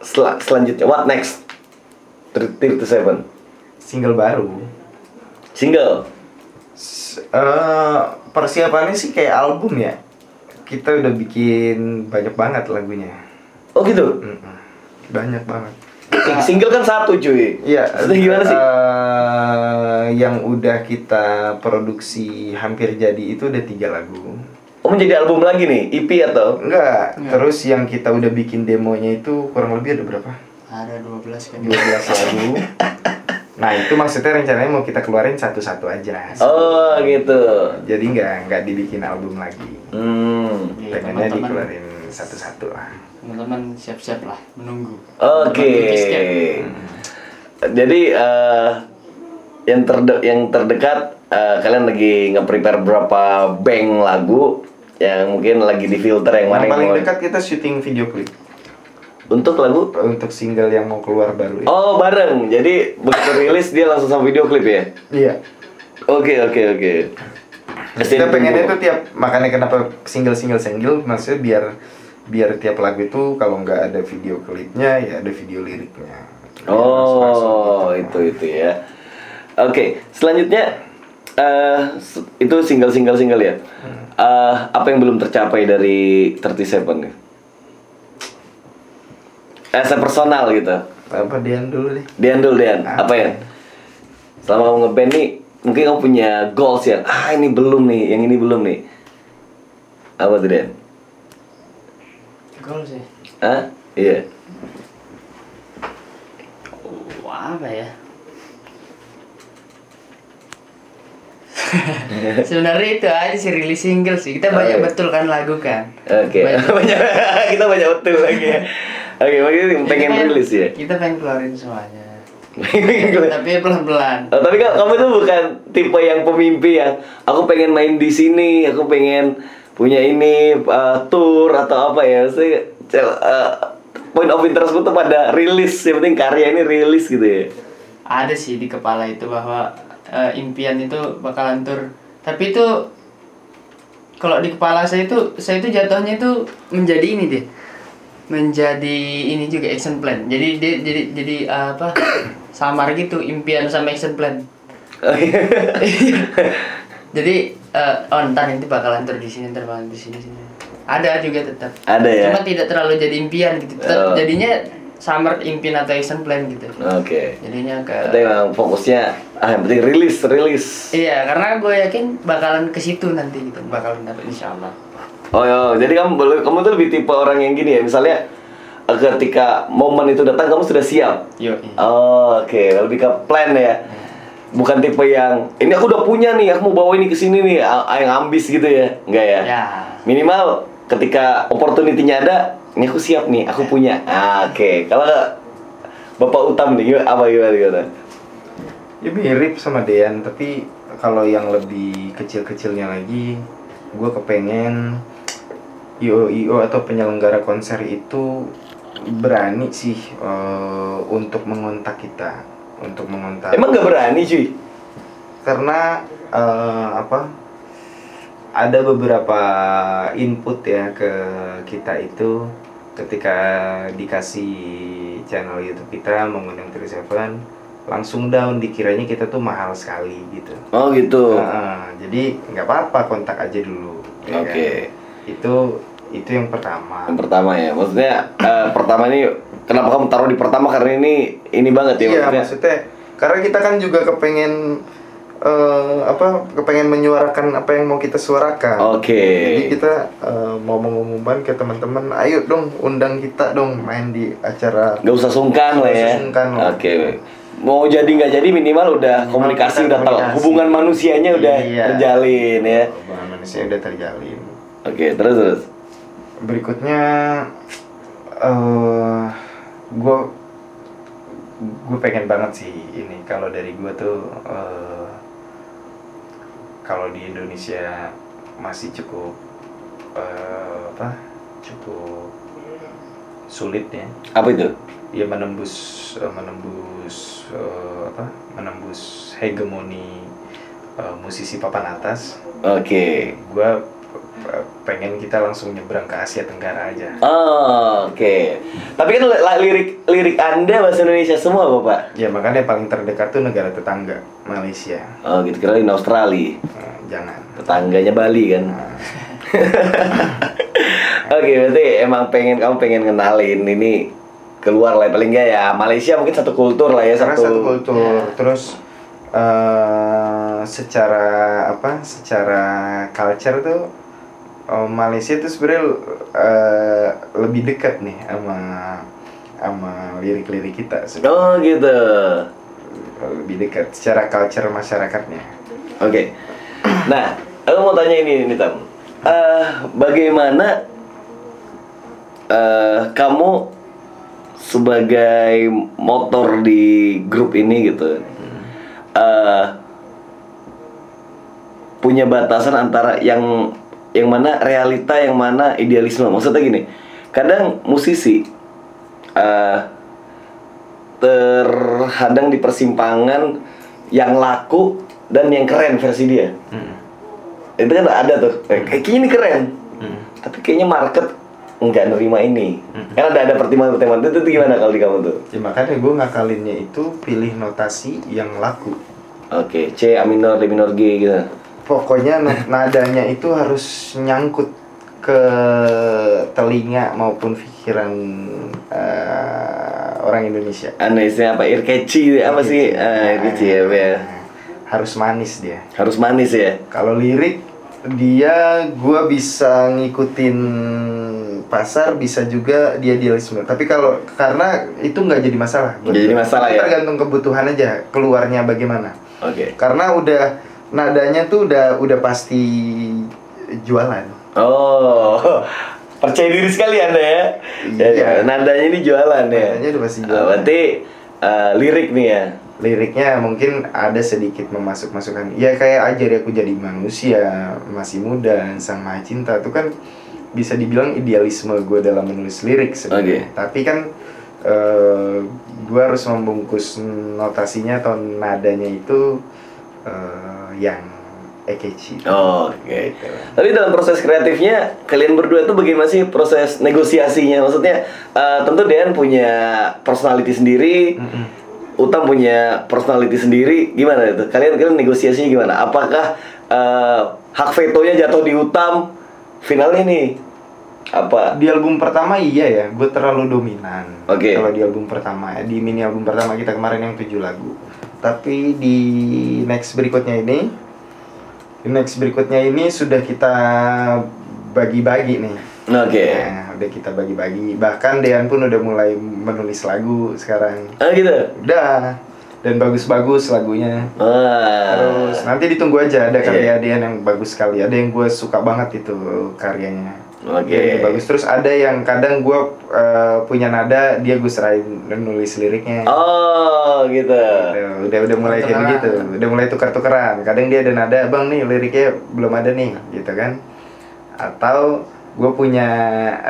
Sel- Selanjutnya, what next? 37 Single baru. Single S- eh, persiapannya sih kayak album ya. Kita udah bikin banyak banget lagunya. Oh gitu? Mm-mm. Banyak banget. Sing- Single kan satu cuy Iya. Maksudnya gimana sih? eh, yang udah kita produksi hampir jadi itu udah tiga lagu. Oh menjadi album lagi nih? EP atau? Enggak. Iya. Terus yang kita udah bikin demonya itu kurang lebih ada berapa? ada 12 kan Iya, 12 lagu. Nah itu maksudnya rencananya mau kita keluarin satu-satu aja. Oh gitu Jadi nggak nggak dibikin album lagi. Hmm Iya, Pengennya teman-teman. dikeluarin satu-satu lah. teman-teman siap-siap lah menunggu Oke. Teman-teman escape. Jadi eh, yang terde yang terdekat eh, kalian lagi nge-prepare berapa bank lagu yang mungkin lagi di filter yang mana Yang paling mau- dekat kita syuting video klip untuk lagu untuk single yang mau keluar baru. ya. Oh bareng, jadi begitu rilis dia langsung sama video klip ya? Iya. Oke oke oke Pasti ditunggu. Kita pengennya tuh tiap makanya kenapa single single single maksudnya biar biar tiap lagu itu kalau nggak ada video klipnya ya ada video liriknya. gitu. Oh itu itu ya Oke, selanjutnya eh se- itu single-single-single ya Eh, Apa yang belum tercapai dari 37 nih? As a personal gitu Apa Dian dulu deh. Dian dulu Dian, apa Apa ya? ya? Selama kamu ngeband nih, mungkin kamu punya goals ya. Ah ini belum nih, yang ini belum nih. Apa tuh Dian? gol sih Hah? Iya. wah apa ya sebenarnya itu aja sih rilis single sih kita banyak Oke. betul kan lagu kan Oh, iya. Oke. Banyak. Banyak. kita banyak betul lagi ya. Oke, maksudnya pengen Kita rilis ya. kita pengen keluarin semuanya Pengen keluar. tapi pelan-pelan Oh, tapi ka- kamu tuh bukan tipe yang pemimpi ya. Aku pengen main di sini, aku pengen punya ini eh, tour atau apa ya. Saya point of interestku tuh pada rilis, yang penting karya ini rilis gitu ya. ada sih di kepala itu bahwa eh, impian itu bakalan tur tapi itu kalau di kepala saya itu saya itu jatuhnya itu menjadi ini deh menjadi ini juga action plan jadi dia- jadi jadi eh, apa samar gitu impian sama action plan jadi eh oh, ntar nanti bakalan tur di sini ntar bakalan di sini sini ada juga tetap Ada ya? cuma tidak terlalu jadi impian gitu Oh. Tetap jadinya samar impian atau action plan gitu Oke. jadinya ke Tapi emang fokusnya ah yang penting rilis, rilis. Iya, karena gue yakin bakalan ke situ nanti gitu, bakalan dapet insya Allah. Oh ya, jadi kamu boleh- kamu tuh lebih tipe orang yang gini ya. Misalnya eh, ketika momen itu datang kamu sudah siap. Yo. Oh, oke, lebih ke plan ya. Bukan tipe yang ini aku udah punya nih, aku mau bawa ini ke sini nih, a- yang ambis gitu ya. Enggak ya? Ya. Minimal ketika opportunity-nya ada, ini aku siap nih, aku punya. Ah, oke. Kalau nggak, Bapak Utam nih, gimana- apa gimana gimana? Ya mirip sama Dean, tapi kalau yang lebih kecil-kecilnya lagi, gue kepengen IO IO atau penyelenggara konser itu berani sih eh, untuk mengontak kita, untuk mengontak. Emang nggak berani, cuy. Karena eh, apa? Ada beberapa input ya ke kita itu ketika dikasih channel YouTube kita mengundang Tri Seven langsung down dikiranya kita tuh mahal sekali gitu. Oh gitu. Nah, jadi nggak apa-apa kontak aja dulu. ya Oke. kan? Itu itu yang pertama. Yang pertama ya, maksudnya eh, pertama ini kenapa kamu taruh di pertama karena ini ini banget ya Iya maksudnya. maksudnya karena kita kan juga kepengen eh, apa kepengen menyuarakan apa yang mau kita suarakan. Oke. Jadi kita eh, mau mengumumkan ke teman-teman, ayo dong undang kita dong main di acara. Gak usah sungkan lah Nggak usah ya. sungkan lah. Oke. Mau jadi nggak jadi minimal udah Minimal komunikasi udah kita tahu komunikasi. hubungan manusianya udah Iya. terjalin ya. Hubungan manusia udah terjalin. Oke terus terus. Berikutnya eh gue gue pengen banget sih ini kalau dari gue tuh eh, kalau di Indonesia masih cukup eh, apa cukup sulit ya Apa itu? ya menembus eh, menembus eh, apa menembus hegemoni eh, musisi papan atas Oke. gue pengen kita langsung nyebrang ke Asia Tenggara aja Oh, Oke. Tapi kan li- li- lirik lirik anda bahasa Indonesia semua bapak. ya makanya paling terdekat tuh negara tetangga Malaysia Oh gitu kira di Australia. Eh, jangan Tetangganya Bali kan. Oke, berarti emang pengen kamu pengen kenalin ini keluar lah paling nggak ya Malaysia mungkin satu kultur lah ya karena satu. satu Iya. kultur Ya. terus eh secara apa secara culture tuh eh, Malaysia tuh sebenarnya eh, lebih dekat nih sama sama lirik-lirik kita sebenarnya. Oh gitu. lebih dekat secara culture masyarakatnya Oke. Nah, aku mau tanya ini ini tam. Eh, bagaimana eh kamu sebagai motor di grup ini gitu? eh punya batasan antara yang yang mana realita yang mana idealisme maksudnya gini kadang musisi eh terhadang di persimpangan yang laku dan yang keren versi dia Hmm. itu kan ada tuh Eh, kayaknya ini keren tapi kayaknya market nggak nerima ini kan ada ada pertimbangan-pertimbangan itu, itu gimana kalau di kamu tuh Ya, makanya gue ngakalinnya itu pilih notasi yang laku oke C A minor D minor G gitu pokoknya na- nadanya itu harus nyangkut ke telinga maupun pikiran eh, orang Indonesia anu istilahnya apa ear catchy gitu, apa sih eh ear catchy ya, ya. harus manis dia harus manis ya kalau lirik dia gua bisa ngikutin pasar bisa juga dia idealisme tapi kalau karena itu nggak jadi masalah buat Nggak jadi gua. masalah ya? tergantung kebutuhan aja keluarnya bagaimana oke karena udah nadanya tuh udah udah pasti jualan oh percaya diri sekali anda ya Ya, Iya. nadanya ini jualan ya Nadanya udah pasti Ah, jualan. berarti eh, lirik nih ya liriknya mungkin ada sedikit memasuk masukan ya kayak ajari aku jadi manusia masih muda sang maha cinta itu kan bisa dibilang idealisme gue dalam menulis lirik sebenarnya Oke. tapi kan eh gue harus membungkus notasinya atau nadanya itu eh, yang ekeci oke Gitu. Tapi dalam proses kreatifnya kalian berdua tuh bagaimana sih proses negosiasinya? Maksudnya eh, tentu Dean punya personality sendiri, Utang punya personality sendiri. Gimana itu? Kalian kalian negosiasinya gimana? Apakah eh, hak vetonya jatuh di Utam? Finalnya nih apa? di album pertama iya ya gue terlalu dominan Oke. kalau di album pertama eh, di mini album pertama kita kemarin yang tujuh lagu tapi di next berikutnya ini di next berikutnya ini sudah kita bagi-bagi nih Oke. Nah, udah kita bagi-bagi bahkan Dean pun udah mulai menulis lagu sekarang Ah gitu. udah dan bagus-bagus lagunya Wah. terus nanti ditunggu aja ada Iya. karya Dean yang bagus sekali ada yang gue suka banget itu karyanya Oke. Iya, ini bagus terus ada yang kadang gue punya nada dia gue serahin nulis liriknya. Oh gitu. Gitu. Udah udah mulai kayak Tukeran. begitu, udah mulai tukar-tukeran. Kadang dia ada nada, bang nih liriknya belum ada nih, gitu kan? gitu Atau gue punya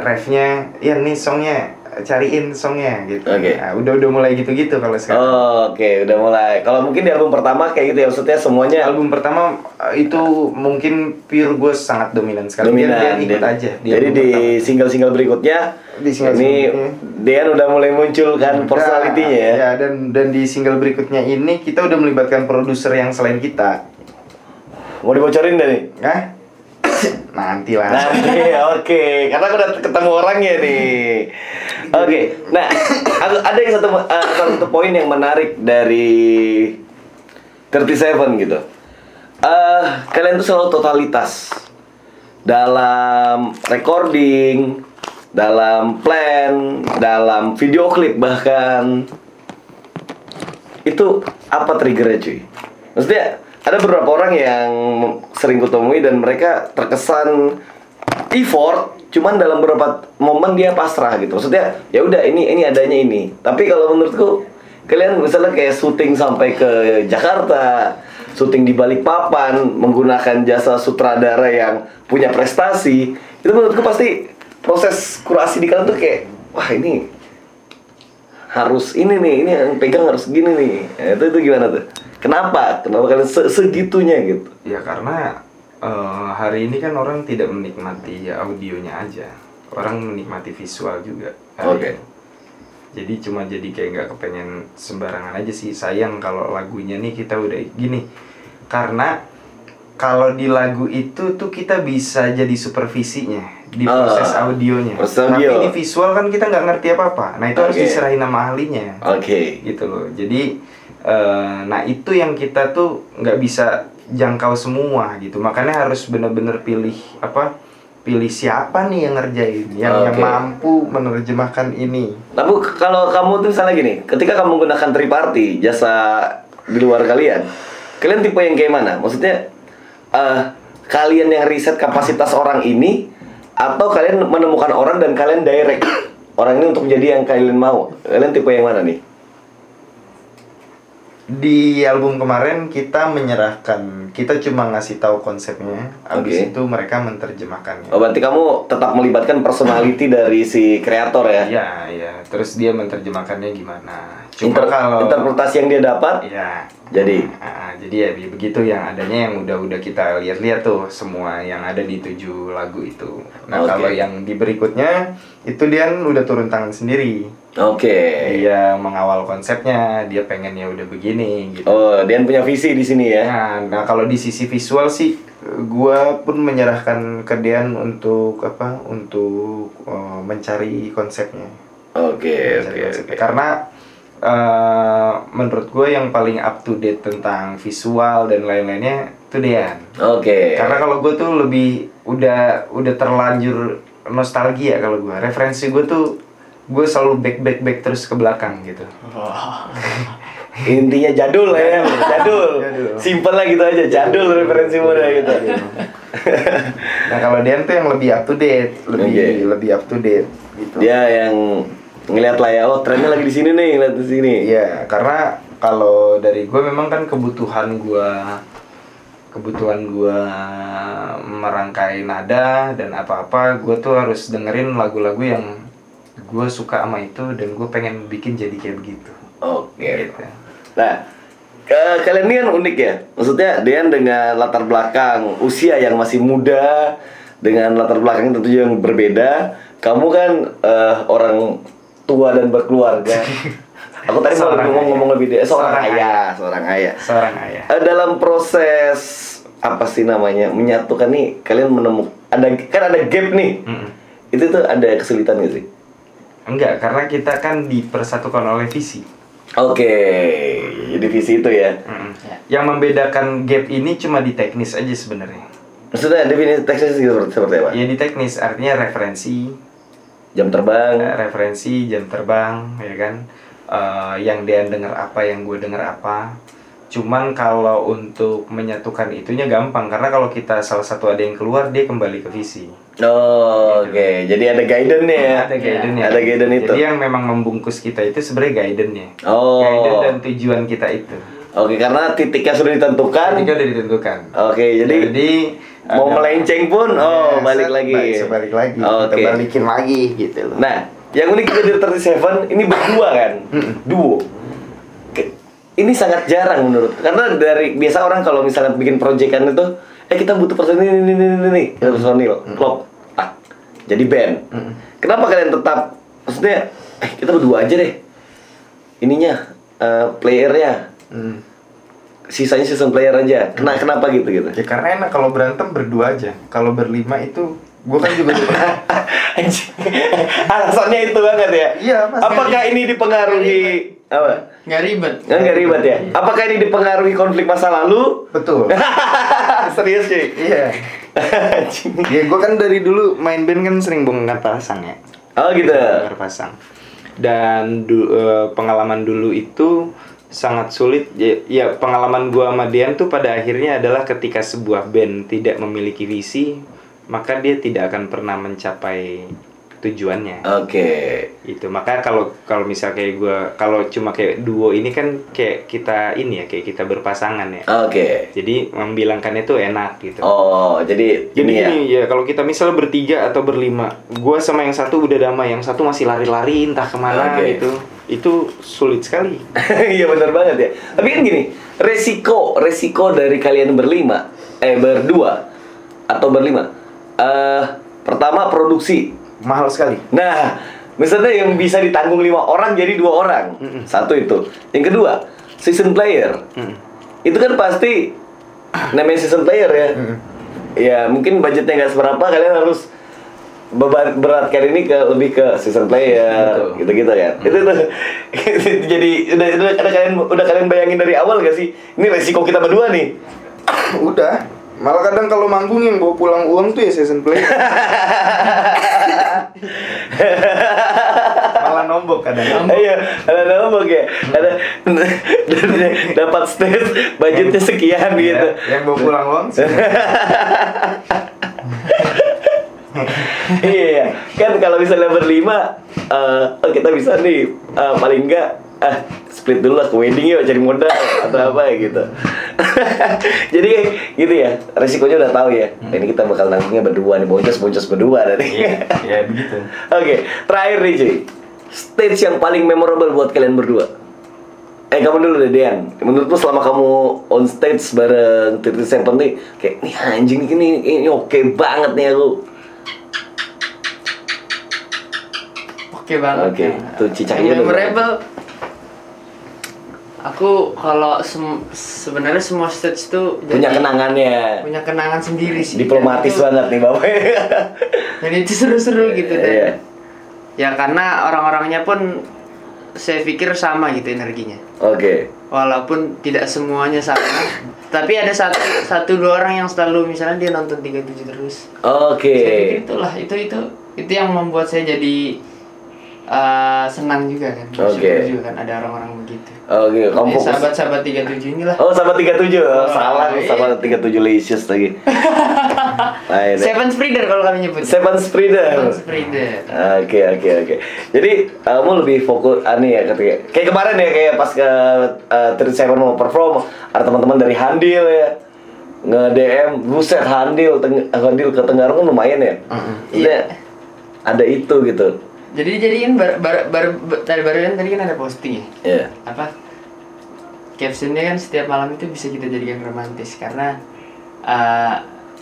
refnya ya nih songnya cariin songnya gitu Oke. Nah, udah udah mulai gitu gitu kalau sekarang Oh, Oke, udah mulai. Kalau mungkin di album pertama kayak gitu ya, maksudnya semuanya Iya, album pertama eh, itu mungkin pure gue sangat dominan sekali Dia- dominan. dia ikut Dian. aja di Jadi album di pertama. single-single berikutnya, Di single-single ini berikutnya. Dian udah mulai munculkan personalitinya ya. Ya, dan dan di single berikutnya ini kita udah melibatkan produser yang selain kita. Mau dibocorin deh nih. Hah? Nantilah. Nanti, Nah, oke. Karena aku udah ketemu orangnya nih. Oke, nah aku, ada yang satu eh, salah satu poin yang menarik dari 37 gitu. Eh, kalian tuh selalu totalitas dalam recording, dalam plan, dalam video klip bahkan itu apa triggernya cuy? Maksudnya ada beberapa orang yang sering kutemui dan mereka terkesan effort cuman dalam beberapa momen dia pasrah gitu. Maksudnya ya udah ini ini adanya ini. Tapi kalau menurutku kalian misalnya kayak syuting sampai ke Jakarta, syuting di Balikpapan menggunakan jasa sutradara yang punya prestasi, itu menurutku pasti proses kurasi di kalian tuh kayak wah ini harus ini nih ini yang pegang harus gini nih Eh, itu itu gimana tuh kenapa kenapa kalian se- segitunya gitu Ya karena eh, hari ini kan orang tidak menikmati ya audionya aja, orang menikmati visual juga. hari Oke. ini. Jadi cuma jadi kayak nggak kepengen sembarangan aja sih. Sayang kalau lagunya nih kita udah gini, karena kalau di lagu itu tuh kita bisa jadi supervisinya di Ah, proses audionya. proses audio. Tapi di visual kan kita nggak ngerti apa-apa. Nah itu harus Oke. diserahin sama ahlinya oke gitu loh jadi eh, nah itu yang kita tuh nggak bisa jangkau semua gitu makanya harus bener-bener pilih apa pilih siapa nih yang ngerjain yang yang Oke. mampu menerjemahkan ini tapi k- kalau kamu tuh misalnya gini ketika kamu menggunakan triparty jasa di luar kalian kalian tipe yang kayak mana maksudnya eh kalian yang riset kapasitas orang ini atau kalian menemukan orang dan kalian direct orang ini untuk jadi yang kalian mau kalian tipe yang mana nih di album kemarin kita menyerahkan kita cuma ngasih tahu konsepnya habis Oke. itu mereka menerjemahkannya oh, berarti kamu tetap melibatkan personality dari si kreator ya ya ya terus dia menerjemahkannya gimana cuma Inter- kalau interpretasi yang dia dapat ya jadi Ah, jadi ya bi- begitu yang adanya yang udah-udah kita lihat-lihat tuh semua yang ada di tujuh lagu itu. Nah Oke. kalau yang di berikutnya itu dia udah turun tangan sendiri. Oke. Dia mengawal konsepnya, dia pengennya udah begini gitu. Oh, Dian punya visi di sini ya. Nah, nah, kalau di sisi visual sih, gua pun menyerahkan ke Dian untuk apa? Untuk eh, mencari konsepnya. Oke, oke, Mencari konsepnya. oke. Iya, Karena eh, menurut gue yang paling up to date tentang visual dan lain-lainnya itu Dian. Oke. Karena kalau gue tuh lebih udah udah terlanjur nostalgia kalau gue. Referensi gue tuh gue selalu back back back terus ke belakang gitu. Intinya jadul lah ya, jadul. Simple lah gitu aja, jadul referensi muda gitu. Nah kalau Dian tuh yang lebih up to date, lebih Oke. lebih up to date gitu. Dia yang ngelihat lah ya, oh trennya lagi di sini nih, ngeliat di sini. Iya, karena kalau dari gue memang kan kebutuhan gue kebutuhan gue merangkai nada dan apa-apa gue tuh harus dengerin lagu-lagu yang gue suka sama itu dan gue pengen bikin jadi kayak begitu. Oke. Gitu. Nah, ke- kalian ini kan unik ya. Maksudnya Dian dengan latar belakang usia yang masih muda, dengan latar belakang tentunya yang berbeda. Kamu kan eh, orang tua dan berkeluarga. Aku tadi mau Seorang ngomong, ngomong lebih deh. Seorang, Seorang ayah, seorang ayah. Seorang ayah. Eh, dalam proses apa sih namanya menyatukan nih kalian menemukan ada kan ada gap nih. Mm-mm. Itu tuh ada kesulitan gitu sih. Enggak, karena kita kan dipersatukan oleh visi. Oke, jadi visi itu ya. Mm-mm. Ya. Yang membedakan gap ini cuma di teknis aja sebenarnya. Maksudnya definisi teksnya seperti, seperti apa? Ya di teknis artinya referensi, Jam eh, terbang. referensi jam terbang, ya kan. Eh, yang dia denger apa, yang gue denger apa. Cuman kalau untuk menyatukan itunya gampang karena kalau kita salah satu ada yang keluar dia kembali ke visi. Oh, Oke, jadi ada guidance ya. Ada guidance Ada guidance itu. Jadi yang memang membungkus kita itu sebenarnya guidance-nya. Oh. Guidance dan tujuan kita itu. Oke, karena titiknya sudah ditentukan. Tiga udah ditentukan. Oke, Kan. jadi Jadi, mau Ada- melenceng pun oh Ya, balik set, lagi balik- balik lagi kita oke balikin lagi gitu loh nah yang unik juga dari 37 ini berdua kan duo Ke- ini sangat jarang menurut karena dari biasa orang kalau misalnya bikin proyekan itu eh kita butuh personil ini ini ini ini kita personil klop ah, jadi band kenapa kalian tetap maksudnya eh kita berdua aja deh ininya eh, playernya Hmm. sisanya season player aja Kena, kenapa gitu gitu ya karena enak kalau berantem berdua aja kalau berlima itu gue kan juga Anjing. Alasannya itu banget ya. Iya, Mas. Iya, Apakah ini dipengaruhi apa? nggak ribet Nggak nggak ribet ya. Apakah ini dipengaruhi konflik masa lalu? betul Serius sih. iya Anjing. ya gue kan dari dulu main band kan sering bongkar pasang ya oh gitu. bongkar pasang dan du- eh, pengalaman dulu itu sangat sulit ya, ya, pengalaman gua sama Dian tuh pada akhirnya adalah ketika sebuah band tidak memiliki visi maka dia tidak akan pernah mencapai tujuannya Oke. itu maka kalau kalau misal kayak gue kalau cuma kayak duo ini kan kayak kita ini ya kayak kita berpasangan ya Oke. jadi membilangkannya tuh enak gitu Oh, jadi jadi ini ya. gini ya kalau kita misal bertiga atau berlima gue sama yang satu udah damai yang satu masih lari-lari entah kemana Oke. gitu itu sulit sekali Iya benar banget ya. Tapi kan gini, resiko resiko dari kalian berlima, eh berdua atau berlima. Eh pertama produksi. mahal sekali Nah, misalnya yang bisa ditanggung lima orang jadi dua orang. Satu itu. Yang kedua, season player. Itu kan pasti namanya season player ya. Ya, mungkin budgetnya nggak seberapa kalian harus beban beratkan ini ke lebih ke season player Betul. gitu-gitu kan. Itu tuh. Itu jadi udah, udah, udah kalian udah kalian bayangin dari awal gak sih? Ini resiko kita berdua nih. udah malah kadang kalau manggung yang bawa pulang uang tuh ya season play malah nombok kadang Iya, ada nombok ya. Ada dapat stage budgetnya sekian iya, gitu. Ya, yang bawa pulang uang sih. Iya, kan kalau misalnya berlima eh oh, kita bisa nih eh, paling enggak eh split dulu lah ke wedding yuk cari modal atau apa gitu. Jadi gitu ya, resikonya udah tahu ya. Hmm. Ini kita bakal nanggungnya berdua nih, boncos-boncos berdua nanti. Iya, ya begitu. Oke, terakhir nih cuy Stage yang paling memorable buat kalian berdua Eh kamu dulu deh Dean Menurutmu selama kamu on stage bareng 37 nih Kayak nih anjing ini, ini oke banget nih aku oke banget Oke, Nah, tuh cicaknya yang tuh. memorable aku kalau sem- sebenarnya semua stage tuh Punya jadi- kenangannya punya kenangan sendiri sih Diplomatis Dan itu- banget nih bapak dan itu seru-seru Iya, gitu dan Iya. ya karena orang-orangnya pun saya pikir sama gitu energinya Oke walaupun tidak semuanya sama tapi ada satu satu dua orang yang selalu misalnya dia nonton 37 terus Oke saya pikir itulah itu itu itu yang membuat saya jadi eh, senang juga kan Oke. Bersyukur juga kan ada orang-orang begitu Oke, kamu ya, fokus sahabat-sahabat 37 inilah Oh sama 37, oh, salah iya. sama 37 Licious lagi Lain ya. Seven Spreader kalau kami nyebut Seven Spreader Seven Spreader Oke oke oke. Jadi kamu lebih fokus aneh ya ketika kayak kemarin ya kayak pas ke Third Seven mau perform ada teman-teman dari Handil ya nge DM buset Handil Teng- Handil ke Tenggarong kan lumayan ya. Maksudnya, Iya. Ada itu gitu. jadi jadiin bar, bar, bar, bar- tadi baru kan tadi kan ada posting ya Ya. apa captionnya kan setiap malam itu bisa kita jadikan romantis karena eh,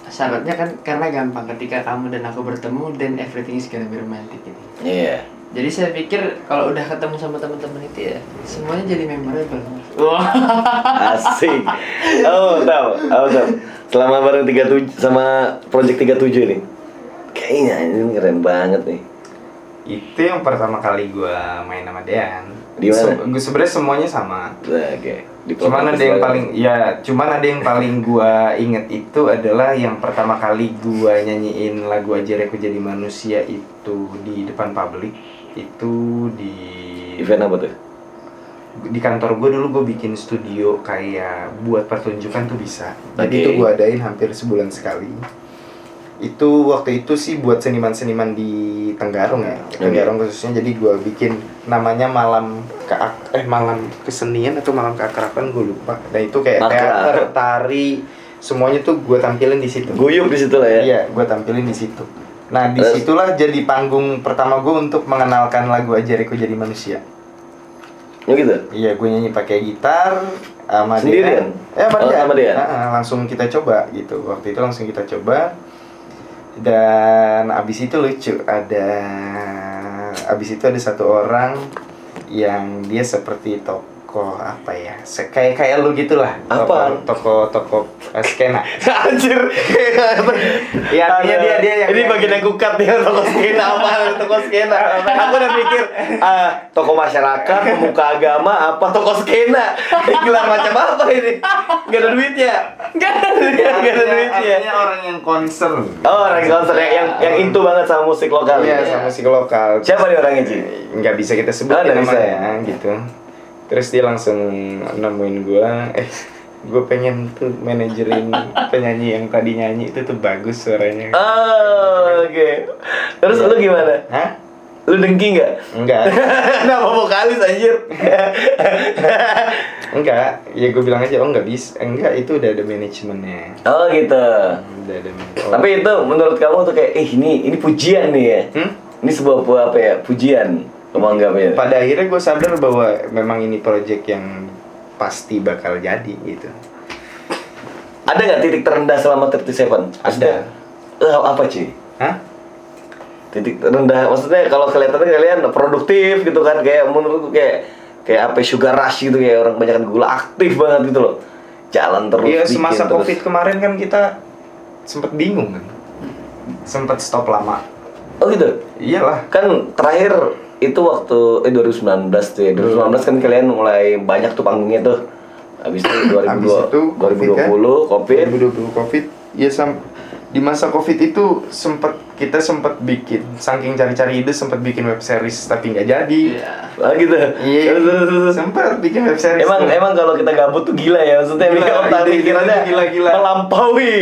syaratnya kan karena gampang ketika kamu dan aku bertemu dan everything is gonna be romantic gitu. Iya. Jadi saya pikir kalau udah ketemu sama teman-teman itu ya semuanya jadi memorable. Asik. Oh tahu, oh, tahu. Selama bareng 37 sama Project 37 ini. Kayaknya ini keren banget nih. Itu yang pertama kali gua main sama Dean. Di mana? Se- gua- sebenarnya semuanya sama. Nah, Oke. Cuman Diplomatis ada yang banget. paling ya, cuman ada yang paling gua inget itu adalah yang pertama kali gua nyanyiin lagu Ajar Aku Jadi Manusia itu di depan publik itu di event apa tuh? di kantor gue dulu gue bikin studio kayak buat pertunjukan tuh bisa Oke. Jadi itu gue adain hampir sebulan sekali. Itu waktu itu sih buat seniman-seniman di Tenggarong ya, Tenggarong khususnya. Jadi gue bikin namanya malam keak eh malam kesenian atau malam keakraban gue lupa. Nah itu kayak Akrab. teater, tari, semuanya tuh gue tampilin di situ Guyup di situ lah ya. Iya, gue tampilin di situ. Nah, Terus? disitulah jadi panggung pertama gue untuk mengenalkan lagu Ajariku Jadi Manusia. Ya gitu. Iya, gue nyanyi pakai gitar sama Sendirian? Dia. Eh, Oh, sama dia. sama dia? Ah, ah, langsung kita coba gitu. Waktu itu langsung kita coba. Dan abis itu lucu ada abis itu ada satu orang yang dia seperti tokoh apa ya Se- kayak kayak lu gitulah Apa? toko toko eh, skena Anjir. Iya, artinya dia- dia yang- Ini bagian aku cut ya toko skena apa toko skena. Aku udah mikir ah toko masyarakat, pemuka agama, apa toko skena. Ini gelar macam apa ini? Gak ada duitnya. Gak ada duitnya. Gak ada duitnya. Artinya orang yang concern Oh, orang konser yang yang, yang into banget sama musik lokal. Iya, ya. sama musik lokal. Siapa nih orangnya, Ci? Nggak bisa kita sebut Oh, nggak bisa namanya gitu. Terus dia langsung nemuin gua, eh gue pengen tuh manajerin penyanyi yang tadi nyanyi itu tuh bagus suaranya. Ah. Oh, oke. Terus lu gimana? Hah? Lu dengki nggak? Enggak, Nama vokalis anjir. enggak. Ya gue bilang aja, oh nggak bisa, enggak itu udah ada manajemennya. oh gitu. Udah ada. Oh. oh. Tapi itu menurut kamu tuh kayak, eh ini ini pujian nih ya. Hmm? Ini sebuah pu- apa ya? Pujian. Kamu anggapnya. pada akhirnya gue sadar bahwa memang ini project yang pasti bakal jadi gitu. Ada nggak titik terendah selama 37? Maksudnya, eh, apa cuy? Hah? Titik terendah. Maksudnya kalau kelihatannya kalian produktif gitu kan kayak menurutku kayak kayak apa sugar rush gitu kayak orang kebanyakan gula aktif banget gitu loh. Jalan terus. Iya bikin semasa terus. covid kemarin kan kita sempet bingung kan, sempet stop lama. Oh gitu. Iyalah. Kan terakhir itu waktu eh 2019 tuh Hmm. ya. 2019 kan kalian mulai banyak tuh panggungnya tuh. Habis itu 2020, Habis itu COVID, 2020 Covid. 2020 covid, kan? ya sam di masa covid itu sempet kita sempet bikin, saking cari-cari ide sempet bikin web series tapi nggak jadi. Iya. Ah gitu. Iya, Terus, terus, terus. sempet bikin web series. Emang emang kalau kita gabut tuh gila ya maksudnya Gila, mikir otak ide-ide pikirannya tuh gila-gila. melampaui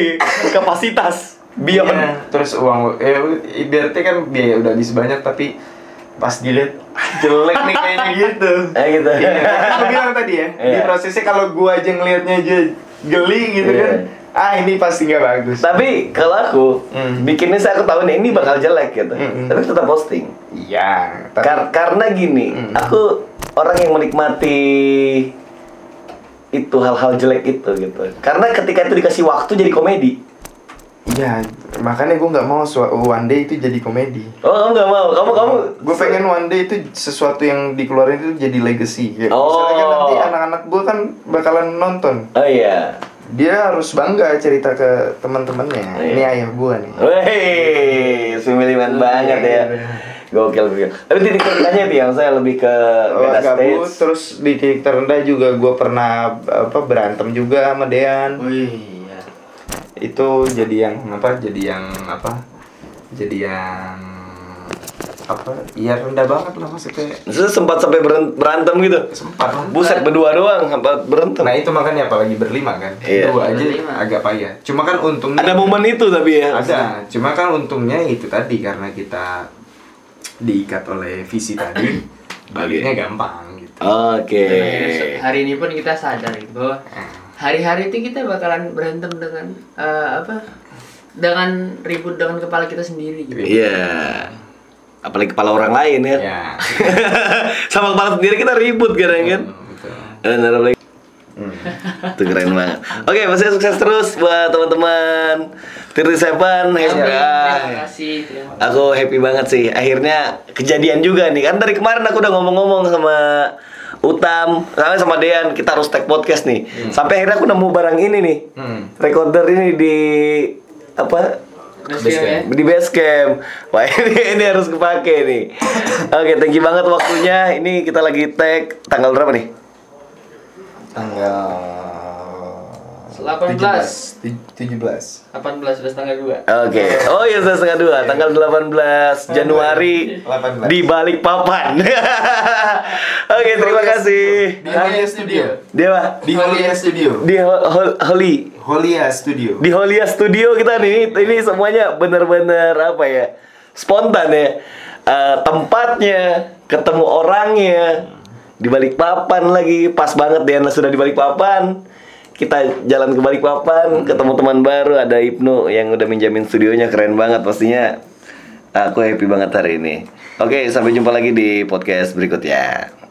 kapasitas Iya. beyond. Terus uang, eh, ibaratnya kan biaya udah habis banyak tapi pas dilihat ah, jelek nih kayaknya gitu. Eh gitu. Iya, kan lu bilang tadi ya, di Iya. prosesnya kalau gua aja ngelihatnya aja geli gitu Iya. kan. Ah, ini pasti nggak bagus. Tapi kalau aku Hmm. bikinnya saya aku tahu nih ini bakal jelek gitu. Hmm, hmm. Tapi tetap posting. Iya, tapi Kar- karena gini, Mm. aku orang yang menikmati itu hal-hal jelek itu gitu. Karena ketika itu dikasih waktu jadi komedi. ya makanya gua nggak mau sua- one day itu jadi komedi. Oh kamu nggak mau, kamu kamu. Gue pengen one day itu sesuatu yang dikeluarin itu jadi legacy. Kayak Oh. Misalnya kan nanti anak-anak gua kan bakalan nonton. Oh iya. Dia harus bangga cerita ke teman-temannya. Iya. Ini ayah gua nih. Wih, semiliman banget ya. Gokil gokil. Tapi titik terendahnya itu yang saya lebih ke Oh, beda Gabut, stage. terus di titik terendah juga gua pernah apa berantem juga sama Dean. Wih, iya. itu jadi yang apa jadi yang apa jadi yang apa ya rendah banget lah maksudnya Terus sempat sampai beren- berantem gitu. sempat lah. Buset berdua doang sempat berantem. nah itu makanya apalagi berlima kan Iya. dua aja Berlima. agak payah cuma kan untungnya Ada momen itu tapi ya. ada cuma kan untungnya itu tadi karena kita diikat oleh visi tadi baliknya gampang gitu Oke. Dan hari ini pun kita sadar gitu bahwa Ah, hari-hari itu kita bakalan berantem dengan eh, apa? Dengan ribut dengan kepala kita sendiri gitu. Iya. Apalagi kepala orang lain ya. ya Sama kepala sendiri kita ribut kadang kan. gitu. Eh, naruh lagi. Hmm. Itu keren banget. Oke, masih sukses terus buat teman-teman. Tirti Seven, Amin, Hesbrai. Terima kasih. terima kasih. Aku happy banget sih. Akhirnya kejadian juga nih. Kan dari kemarin aku udah ngomong-ngomong sama Utam, sama sama Dean, kita harus tag podcast nih. Sampai akhirnya aku nemu barang ini nih. Hmm. Recorder ini di apa? Terus ya, ya. Di Basecamp. Wah, ini, ini harus kepake nih. Oke, thank you banget waktunya. Ini kita lagi tag tanggal berapa nih? tanggal 18. 17 17 18 belas tanggal 2. Oke. Oh iya saya setengah dua, tanggal 18 Januari 18. di balik papan. Oke, terima kasih. Di Holia Studio. Dewa Di Holia Studio. di Ho- Ho- Holly Holia Studio. di Holia Studio kita nih ini, ini semuanya bener-bener apa ya spontan ya Eh, tempatnya ketemu orangnya di balik papan lagi pas banget Diana sudah di balik papan kita jalan ke Balikpapan, ketemu teman baru ada Ibnu yang udah minjamin studionya keren banget pastinya. Aku happy banget hari ini. Oke, sampai jumpa lagi di podcast berikutnya.